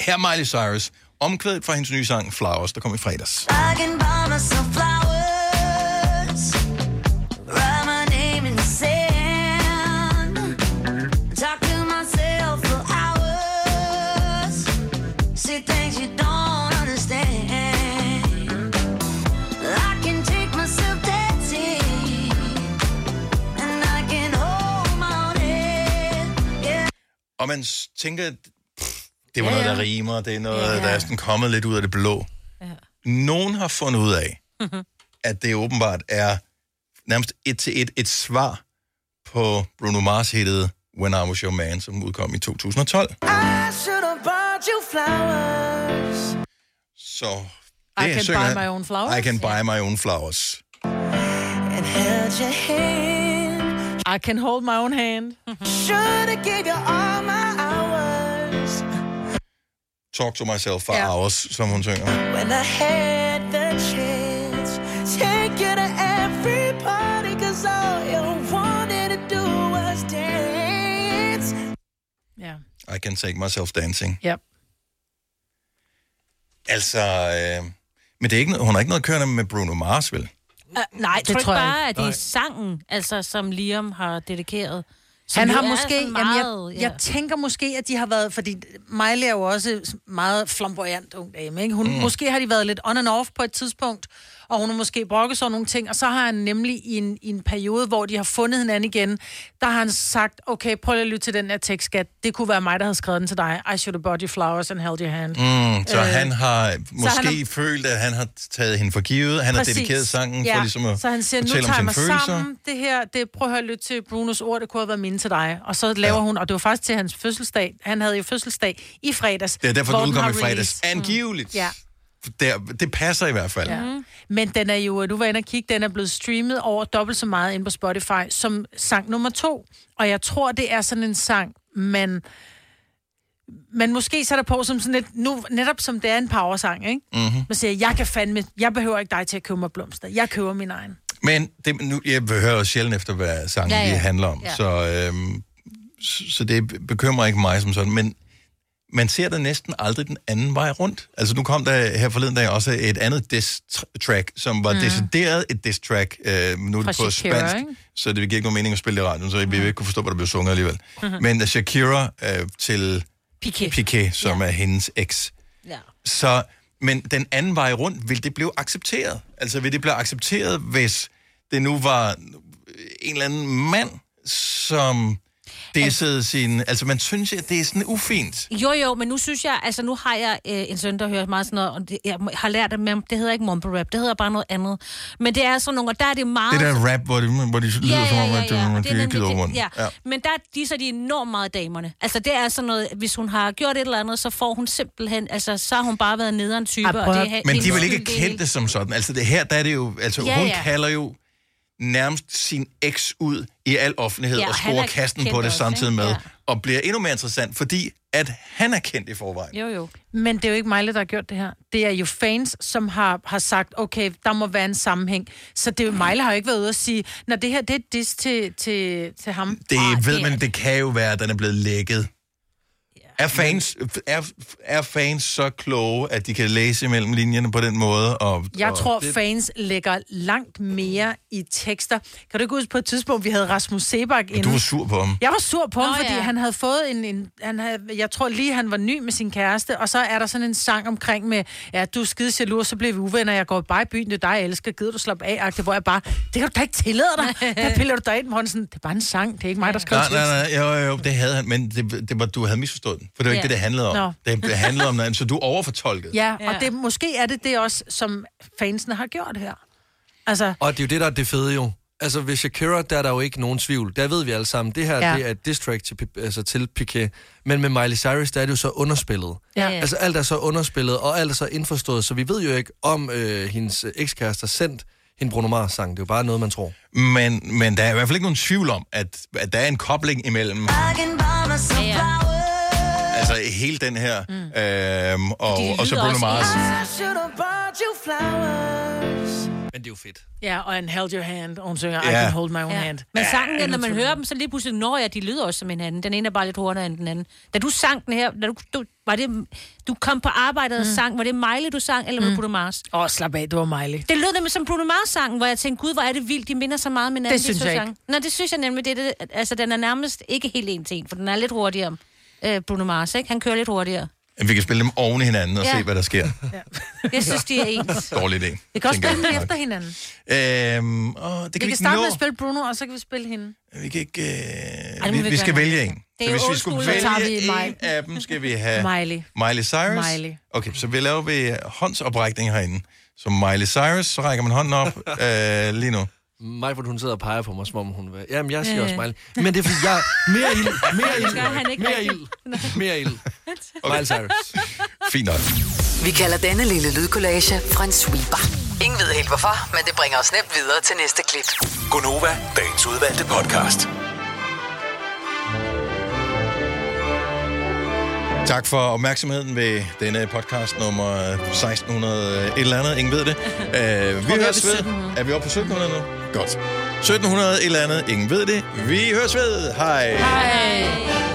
[SPEAKER 1] Her er Miley Cyrus, omkvædet fra hendes nye sang Flowers, der kom i fredags.
[SPEAKER 7] I can buy myself flowers, write my name in the sand, talk to myself for hours, see things you don't understand. I can take myself dancing, and I can hold my own head. Yeah.
[SPEAKER 1] Og man s- tænker, at pff, det var ja, noget, der rimer, det er noget, ja. der er sådan kommet lidt ud af det blå. Ja. Nogen har fundet ud af, at det åbenbart er nærmest et til et et svar på Bruno Mars hittet When I Was Your Man, som udkom i 2012.
[SPEAKER 7] I should have bought you flowers.
[SPEAKER 1] Så
[SPEAKER 7] I
[SPEAKER 1] det
[SPEAKER 7] can
[SPEAKER 1] synger
[SPEAKER 7] buy
[SPEAKER 1] han.
[SPEAKER 7] my own flowers?
[SPEAKER 1] I can buy my own flowers.
[SPEAKER 7] Held your hand.
[SPEAKER 2] I can hold my own hand.
[SPEAKER 7] Should have gave you all my hours
[SPEAKER 1] Talk to myself for yeah. hours, som hun synger.
[SPEAKER 7] when I had the chance. Take you to every party, cause all you wanted to do was dance.
[SPEAKER 1] I can take myself dancing.
[SPEAKER 2] Ja.
[SPEAKER 1] Altså, øh, Men det er ikke, noget- hun har ikke noget kørende med Bruno Mars, vel? Mm,
[SPEAKER 3] Uh, nej,
[SPEAKER 1] Det
[SPEAKER 3] tryk
[SPEAKER 1] tror jeg
[SPEAKER 3] bare, at
[SPEAKER 1] ikke.
[SPEAKER 3] det er
[SPEAKER 1] Nej.
[SPEAKER 3] sangen, altså, som Liam har dedikeret. Som
[SPEAKER 2] Han
[SPEAKER 3] jo
[SPEAKER 2] har
[SPEAKER 3] er
[SPEAKER 2] måske...
[SPEAKER 3] sådan
[SPEAKER 2] Meget,
[SPEAKER 3] meget,
[SPEAKER 2] jamen, jeg, jeg tænker måske, at de har været... Fordi Miley er jo også meget flamboyant ung dame, ikke? Hun, mm.
[SPEAKER 3] Mm.
[SPEAKER 2] Måske har de været lidt on and off på et tidspunkt, og hun har måske brokket sig over nogle ting, og så har han nemlig i en, i en periode, hvor de har fundet hinanden igen, der har han sagt, okay, prøv lige at lytte til den her tekst, skat. Det kunne være mig, der havde skrevet den til dig. I should have bought you flowers and held your hand.
[SPEAKER 1] Mm, så øh,
[SPEAKER 2] Øh,
[SPEAKER 1] han har måske
[SPEAKER 2] han
[SPEAKER 1] han
[SPEAKER 2] har-
[SPEAKER 1] har... følt, at han har taget hende for givet. Han
[SPEAKER 2] Præcis.
[SPEAKER 1] har dedikeret sangen for ligesom at
[SPEAKER 2] Så han siger, nu
[SPEAKER 1] fortælle
[SPEAKER 2] tager
[SPEAKER 1] om
[SPEAKER 2] jeg
[SPEAKER 1] sine
[SPEAKER 2] mig
[SPEAKER 1] følelser.
[SPEAKER 2] sammen. Det her, det, prøv at høre, lyt til Brunos ord, det kunne have været mine til dig. Og så laver ja. hun, og det var faktisk til hans fødselsdag. Han havde jo fødselsdag i fredags.
[SPEAKER 1] Det er derfor,
[SPEAKER 2] hvor
[SPEAKER 1] den udkom
[SPEAKER 2] har
[SPEAKER 1] i fredags.
[SPEAKER 2] release. Mm.
[SPEAKER 1] Angiveligt.
[SPEAKER 2] Ja.
[SPEAKER 1] Der, det passer i hvert fald.
[SPEAKER 2] Ja. Mm. Men den er jo, du var inde og kigge, den er blevet streamet over dobbelt så meget ind på Spotify som sang nummer to. Og jeg tror, det er sådan en sang, man, man måske sætter på som sådan lidt, nu, netop som det er en power-sang, ikke?
[SPEAKER 1] Mhm.
[SPEAKER 2] Man siger, jeg kan fandme, jeg behøver ikke dig til at købe mig blomster. Jeg køber min egen.
[SPEAKER 1] Men det, nu, jeg hører jo sjældent efter, hvad sangen
[SPEAKER 2] Ja,
[SPEAKER 1] ja,
[SPEAKER 2] ja.
[SPEAKER 1] ja. handler om,
[SPEAKER 2] Ja.
[SPEAKER 1] ja. så, øhm, så, så det bekymrer ikke mig som sådan, men man ser det næsten aldrig den anden vej rundt. Altså nu kom der her forleden dag også et andet diss-track, som var
[SPEAKER 13] Mm.
[SPEAKER 1] mm. decideret et diss-track. Øh, nu er det
[SPEAKER 13] Fra
[SPEAKER 1] på
[SPEAKER 13] Shakira,
[SPEAKER 1] spansk,
[SPEAKER 13] ikke?
[SPEAKER 1] så det giver ikke nogen mening at spille det i radioen, så vi vil ikke kunne forstå, hvad der blev sunget alligevel.
[SPEAKER 13] Mhm.
[SPEAKER 1] Mm-hmm. Men Shakira øh, til
[SPEAKER 2] Piqué,
[SPEAKER 1] Piqué som ja. er hendes eks.
[SPEAKER 2] Ja.
[SPEAKER 1] Så, men den anden vej rundt, vil det blive accepteret? Altså, vil det blive accepteret, hvis det nu var en eller anden mand, som dissede sin... Altså, man synes, at det er sådan ufint.
[SPEAKER 3] Jo, jo, men nu synes jeg, altså nu har jeg øh, en søn, der hører meget sådan noget, og det, jeg har lært det med, det hedder ikke mumble rap, det hedder bare noget andet. Men det er sådan nogle, og der er det meget...
[SPEAKER 1] Det der rap, hvor de, hvor de lyder som om, at øh, de ikke gider rundt.
[SPEAKER 3] ja. Men der disser de enormt meget damerne. Altså det er sådan noget, hvis hun har gjort et eller andet, så får hun simpelthen, altså så har hun bare været nederen type. og det er,
[SPEAKER 1] Men
[SPEAKER 3] det er
[SPEAKER 1] de vil ikke
[SPEAKER 3] skyldig.
[SPEAKER 1] kende det som sådan. Altså, det her, der er det jo... Altså,
[SPEAKER 3] Ja,
[SPEAKER 1] ja, hun
[SPEAKER 3] ja.
[SPEAKER 1] ja. kalder jo nærmest sin eks ud i al offentlighed
[SPEAKER 3] Ja,
[SPEAKER 1] ja, og
[SPEAKER 3] og han er
[SPEAKER 1] scorer kasten
[SPEAKER 3] kendt
[SPEAKER 1] på det
[SPEAKER 3] også,
[SPEAKER 1] samtidig
[SPEAKER 3] ikke?
[SPEAKER 1] med,
[SPEAKER 3] Ja.
[SPEAKER 1] ja. og bliver endnu mere interessant, fordi at han er kendt i forvejen.
[SPEAKER 3] Jo, jo.
[SPEAKER 2] Men det er jo ikke Miley, der har gjort det her. Det er jo fans, som har, har sagt, okay, der må være en sammenhæng. Så det er jo, Miley har jo ikke været ude og sige, når det her, det er et diss til, til, til ham.
[SPEAKER 1] Det
[SPEAKER 2] Ah,
[SPEAKER 1] Arh, ved
[SPEAKER 2] er
[SPEAKER 1] man, det kan jo være, at den er blevet lækket. Ja. Er, fans, er, er fans så kloge, at de kan læse mellem linjerne på den måde? Og,
[SPEAKER 2] Jeg
[SPEAKER 1] og
[SPEAKER 2] tror,
[SPEAKER 1] det,
[SPEAKER 2] fans lægger langt mere i tekster. Kan du ikke huske på et tidspunkt, vi havde Rasmus Sebak
[SPEAKER 1] Du var
[SPEAKER 2] inde?
[SPEAKER 1] sur på ham.
[SPEAKER 2] Jeg var sur på ham,
[SPEAKER 3] Nå,
[SPEAKER 2] fordi
[SPEAKER 3] ja.
[SPEAKER 2] han havde fået en... en han havde, jeg tror lige, han var ny med sin kæreste, og så er der sådan en sang omkring med, ja, du er skide jaloux, så bliver vi uvenner, jeg går bare i byen, det er dig, jeg elsker, gider du slappe af, agtig, hvor jeg bare, det kan du da ikke tillade dig, der piller du dig ind, hvor han sådan, det er bare en sang, det er ikke mig, der skriver
[SPEAKER 1] Nej, nej,
[SPEAKER 2] teksten."
[SPEAKER 1] nej, jo, jo, jo, det havde han, men det, det var, du havde misforstået den, for det var ikke
[SPEAKER 2] Ja.
[SPEAKER 1] det, det handlede om.
[SPEAKER 2] Nå.
[SPEAKER 1] Det, det handlede om noget andet, så du overfortolkede.
[SPEAKER 2] Ja, og det, måske er det det også, som fansene har gjort her. Altså,
[SPEAKER 5] Og det er jo det, der er det fede jo. Altså ved Shakira, der er der jo ikke nogen tvivl. Der ved vi alle sammen, det her
[SPEAKER 2] Ja.
[SPEAKER 5] ja. det er et diss track til, Pi- altså, til Piqué. Men med Miley Cyrus, der er det jo så underspillet.
[SPEAKER 2] Ja.
[SPEAKER 5] Altså alt er så underspillet, og alt er så indforstået, så vi ved jo ikke, om øh, hendes øh, ekskæreste har sendt hende Bruno Mars sang. Det er jo bare noget, man tror.
[SPEAKER 1] Men, men der er i hvert fald ikke nogen tvivl om, at, at der er en kobling imellem altså, hele den her, mm. øhm, og,
[SPEAKER 7] lyder
[SPEAKER 1] og så Bruno
[SPEAKER 7] også Ah,
[SPEAKER 1] Mars.
[SPEAKER 5] Men det er jo fedt.
[SPEAKER 2] Ja, og han held your hand, og hun synger, I
[SPEAKER 1] Ja.
[SPEAKER 2] can hold my own
[SPEAKER 3] Ja.
[SPEAKER 2] hand.
[SPEAKER 3] Men sangen,
[SPEAKER 2] Ja,
[SPEAKER 3] ja, når man
[SPEAKER 2] naturligvis.
[SPEAKER 3] hører dem, så lige pludselig, når jeg, de lyder også som hinanden. Den ene er bare lidt hurtigere end den anden. Da du sang den her, da du, du, var det, du kom på arbejde og
[SPEAKER 2] Mm.
[SPEAKER 3] sang, var det Miley, du sang, eller var det Bruno Mars?
[SPEAKER 2] Åh, oh, slap af, det var Miley.
[SPEAKER 3] Det lød nemlig som Bruno Mars-sangen, hvor jeg tænkte, gud, hvor er det vildt, de minder så meget om hinanden.
[SPEAKER 2] Det
[SPEAKER 3] de
[SPEAKER 2] synes
[SPEAKER 3] to
[SPEAKER 2] jeg
[SPEAKER 3] sange. Nå, det synes jeg nemlig, det, er det, altså, den er nærmest ikke helt en til en, for den er lidt hurtigere. Øh, Bruno Mars, ikke? Han kører lidt hurtigere.
[SPEAKER 1] Vi kan spille dem oven i hinanden og
[SPEAKER 3] Ja.
[SPEAKER 1] ja. se, hvad der sker.
[SPEAKER 2] *laughs*
[SPEAKER 3] Jeg synes, de er ens.
[SPEAKER 1] Dårlig idé.
[SPEAKER 2] Vi kan også
[SPEAKER 1] tænker
[SPEAKER 2] spille
[SPEAKER 1] jeg.
[SPEAKER 2] dem efter hinanden.
[SPEAKER 1] Øhm, åh, det kan vi,
[SPEAKER 2] vi, kan
[SPEAKER 1] ikke
[SPEAKER 2] starte
[SPEAKER 1] nå.
[SPEAKER 2] med at spille Bruno, og så kan vi spille hende.
[SPEAKER 1] Vi kan ikke... Øh,
[SPEAKER 2] Ej, nu
[SPEAKER 1] vi,
[SPEAKER 2] vil vi
[SPEAKER 1] vi skal
[SPEAKER 2] gerne
[SPEAKER 1] vælge
[SPEAKER 2] have
[SPEAKER 1] en.
[SPEAKER 2] det. Det er
[SPEAKER 1] Så hvis
[SPEAKER 2] old
[SPEAKER 1] vi skulle
[SPEAKER 2] school, så tager vi
[SPEAKER 1] vælge en
[SPEAKER 2] Miley.
[SPEAKER 1] af dem, skal vi have...
[SPEAKER 2] Miley.
[SPEAKER 1] Miley Cyrus?
[SPEAKER 2] Miley.
[SPEAKER 1] Okay, så vi laver vi håndsoprækning herinde. Så Miley Cyrus, så rækker man hånden
[SPEAKER 2] *laughs*
[SPEAKER 1] op øh, lige nu.
[SPEAKER 5] Mig, hvor hun sidder og peger på mig, som om hun vil. Jamen, jeg siger
[SPEAKER 1] Øh.
[SPEAKER 5] også Miley. Men det er fordi, jeg... Mere ild, mere
[SPEAKER 1] *laughs* Det
[SPEAKER 5] ild,
[SPEAKER 1] gør han ikke
[SPEAKER 5] mere
[SPEAKER 1] rigtig.
[SPEAKER 5] ild,
[SPEAKER 1] *laughs*
[SPEAKER 5] mere ild.
[SPEAKER 1] Okay.
[SPEAKER 5] Miley Cyrus.
[SPEAKER 1] *laughs* Fint nok.
[SPEAKER 6] Vi kalder denne lille lydkollage en sweeper. Ingen ved helt hvorfor, men det bringer os nemt videre til næste klip.
[SPEAKER 17] Gonova, dagens udvalgte podcast.
[SPEAKER 1] Tak for opmærksomheden ved denne podcast nummer 1600 et eller andet. Ingen ved
[SPEAKER 2] *laughs*
[SPEAKER 1] det. Uh, vi
[SPEAKER 13] vi er
[SPEAKER 1] høres
[SPEAKER 13] ved
[SPEAKER 1] ved. Er vi oppe på 1700 nu? Godt. 1700 et eller andet. Ingen ved det. Vi høres ved. Hej.
[SPEAKER 13] Hej.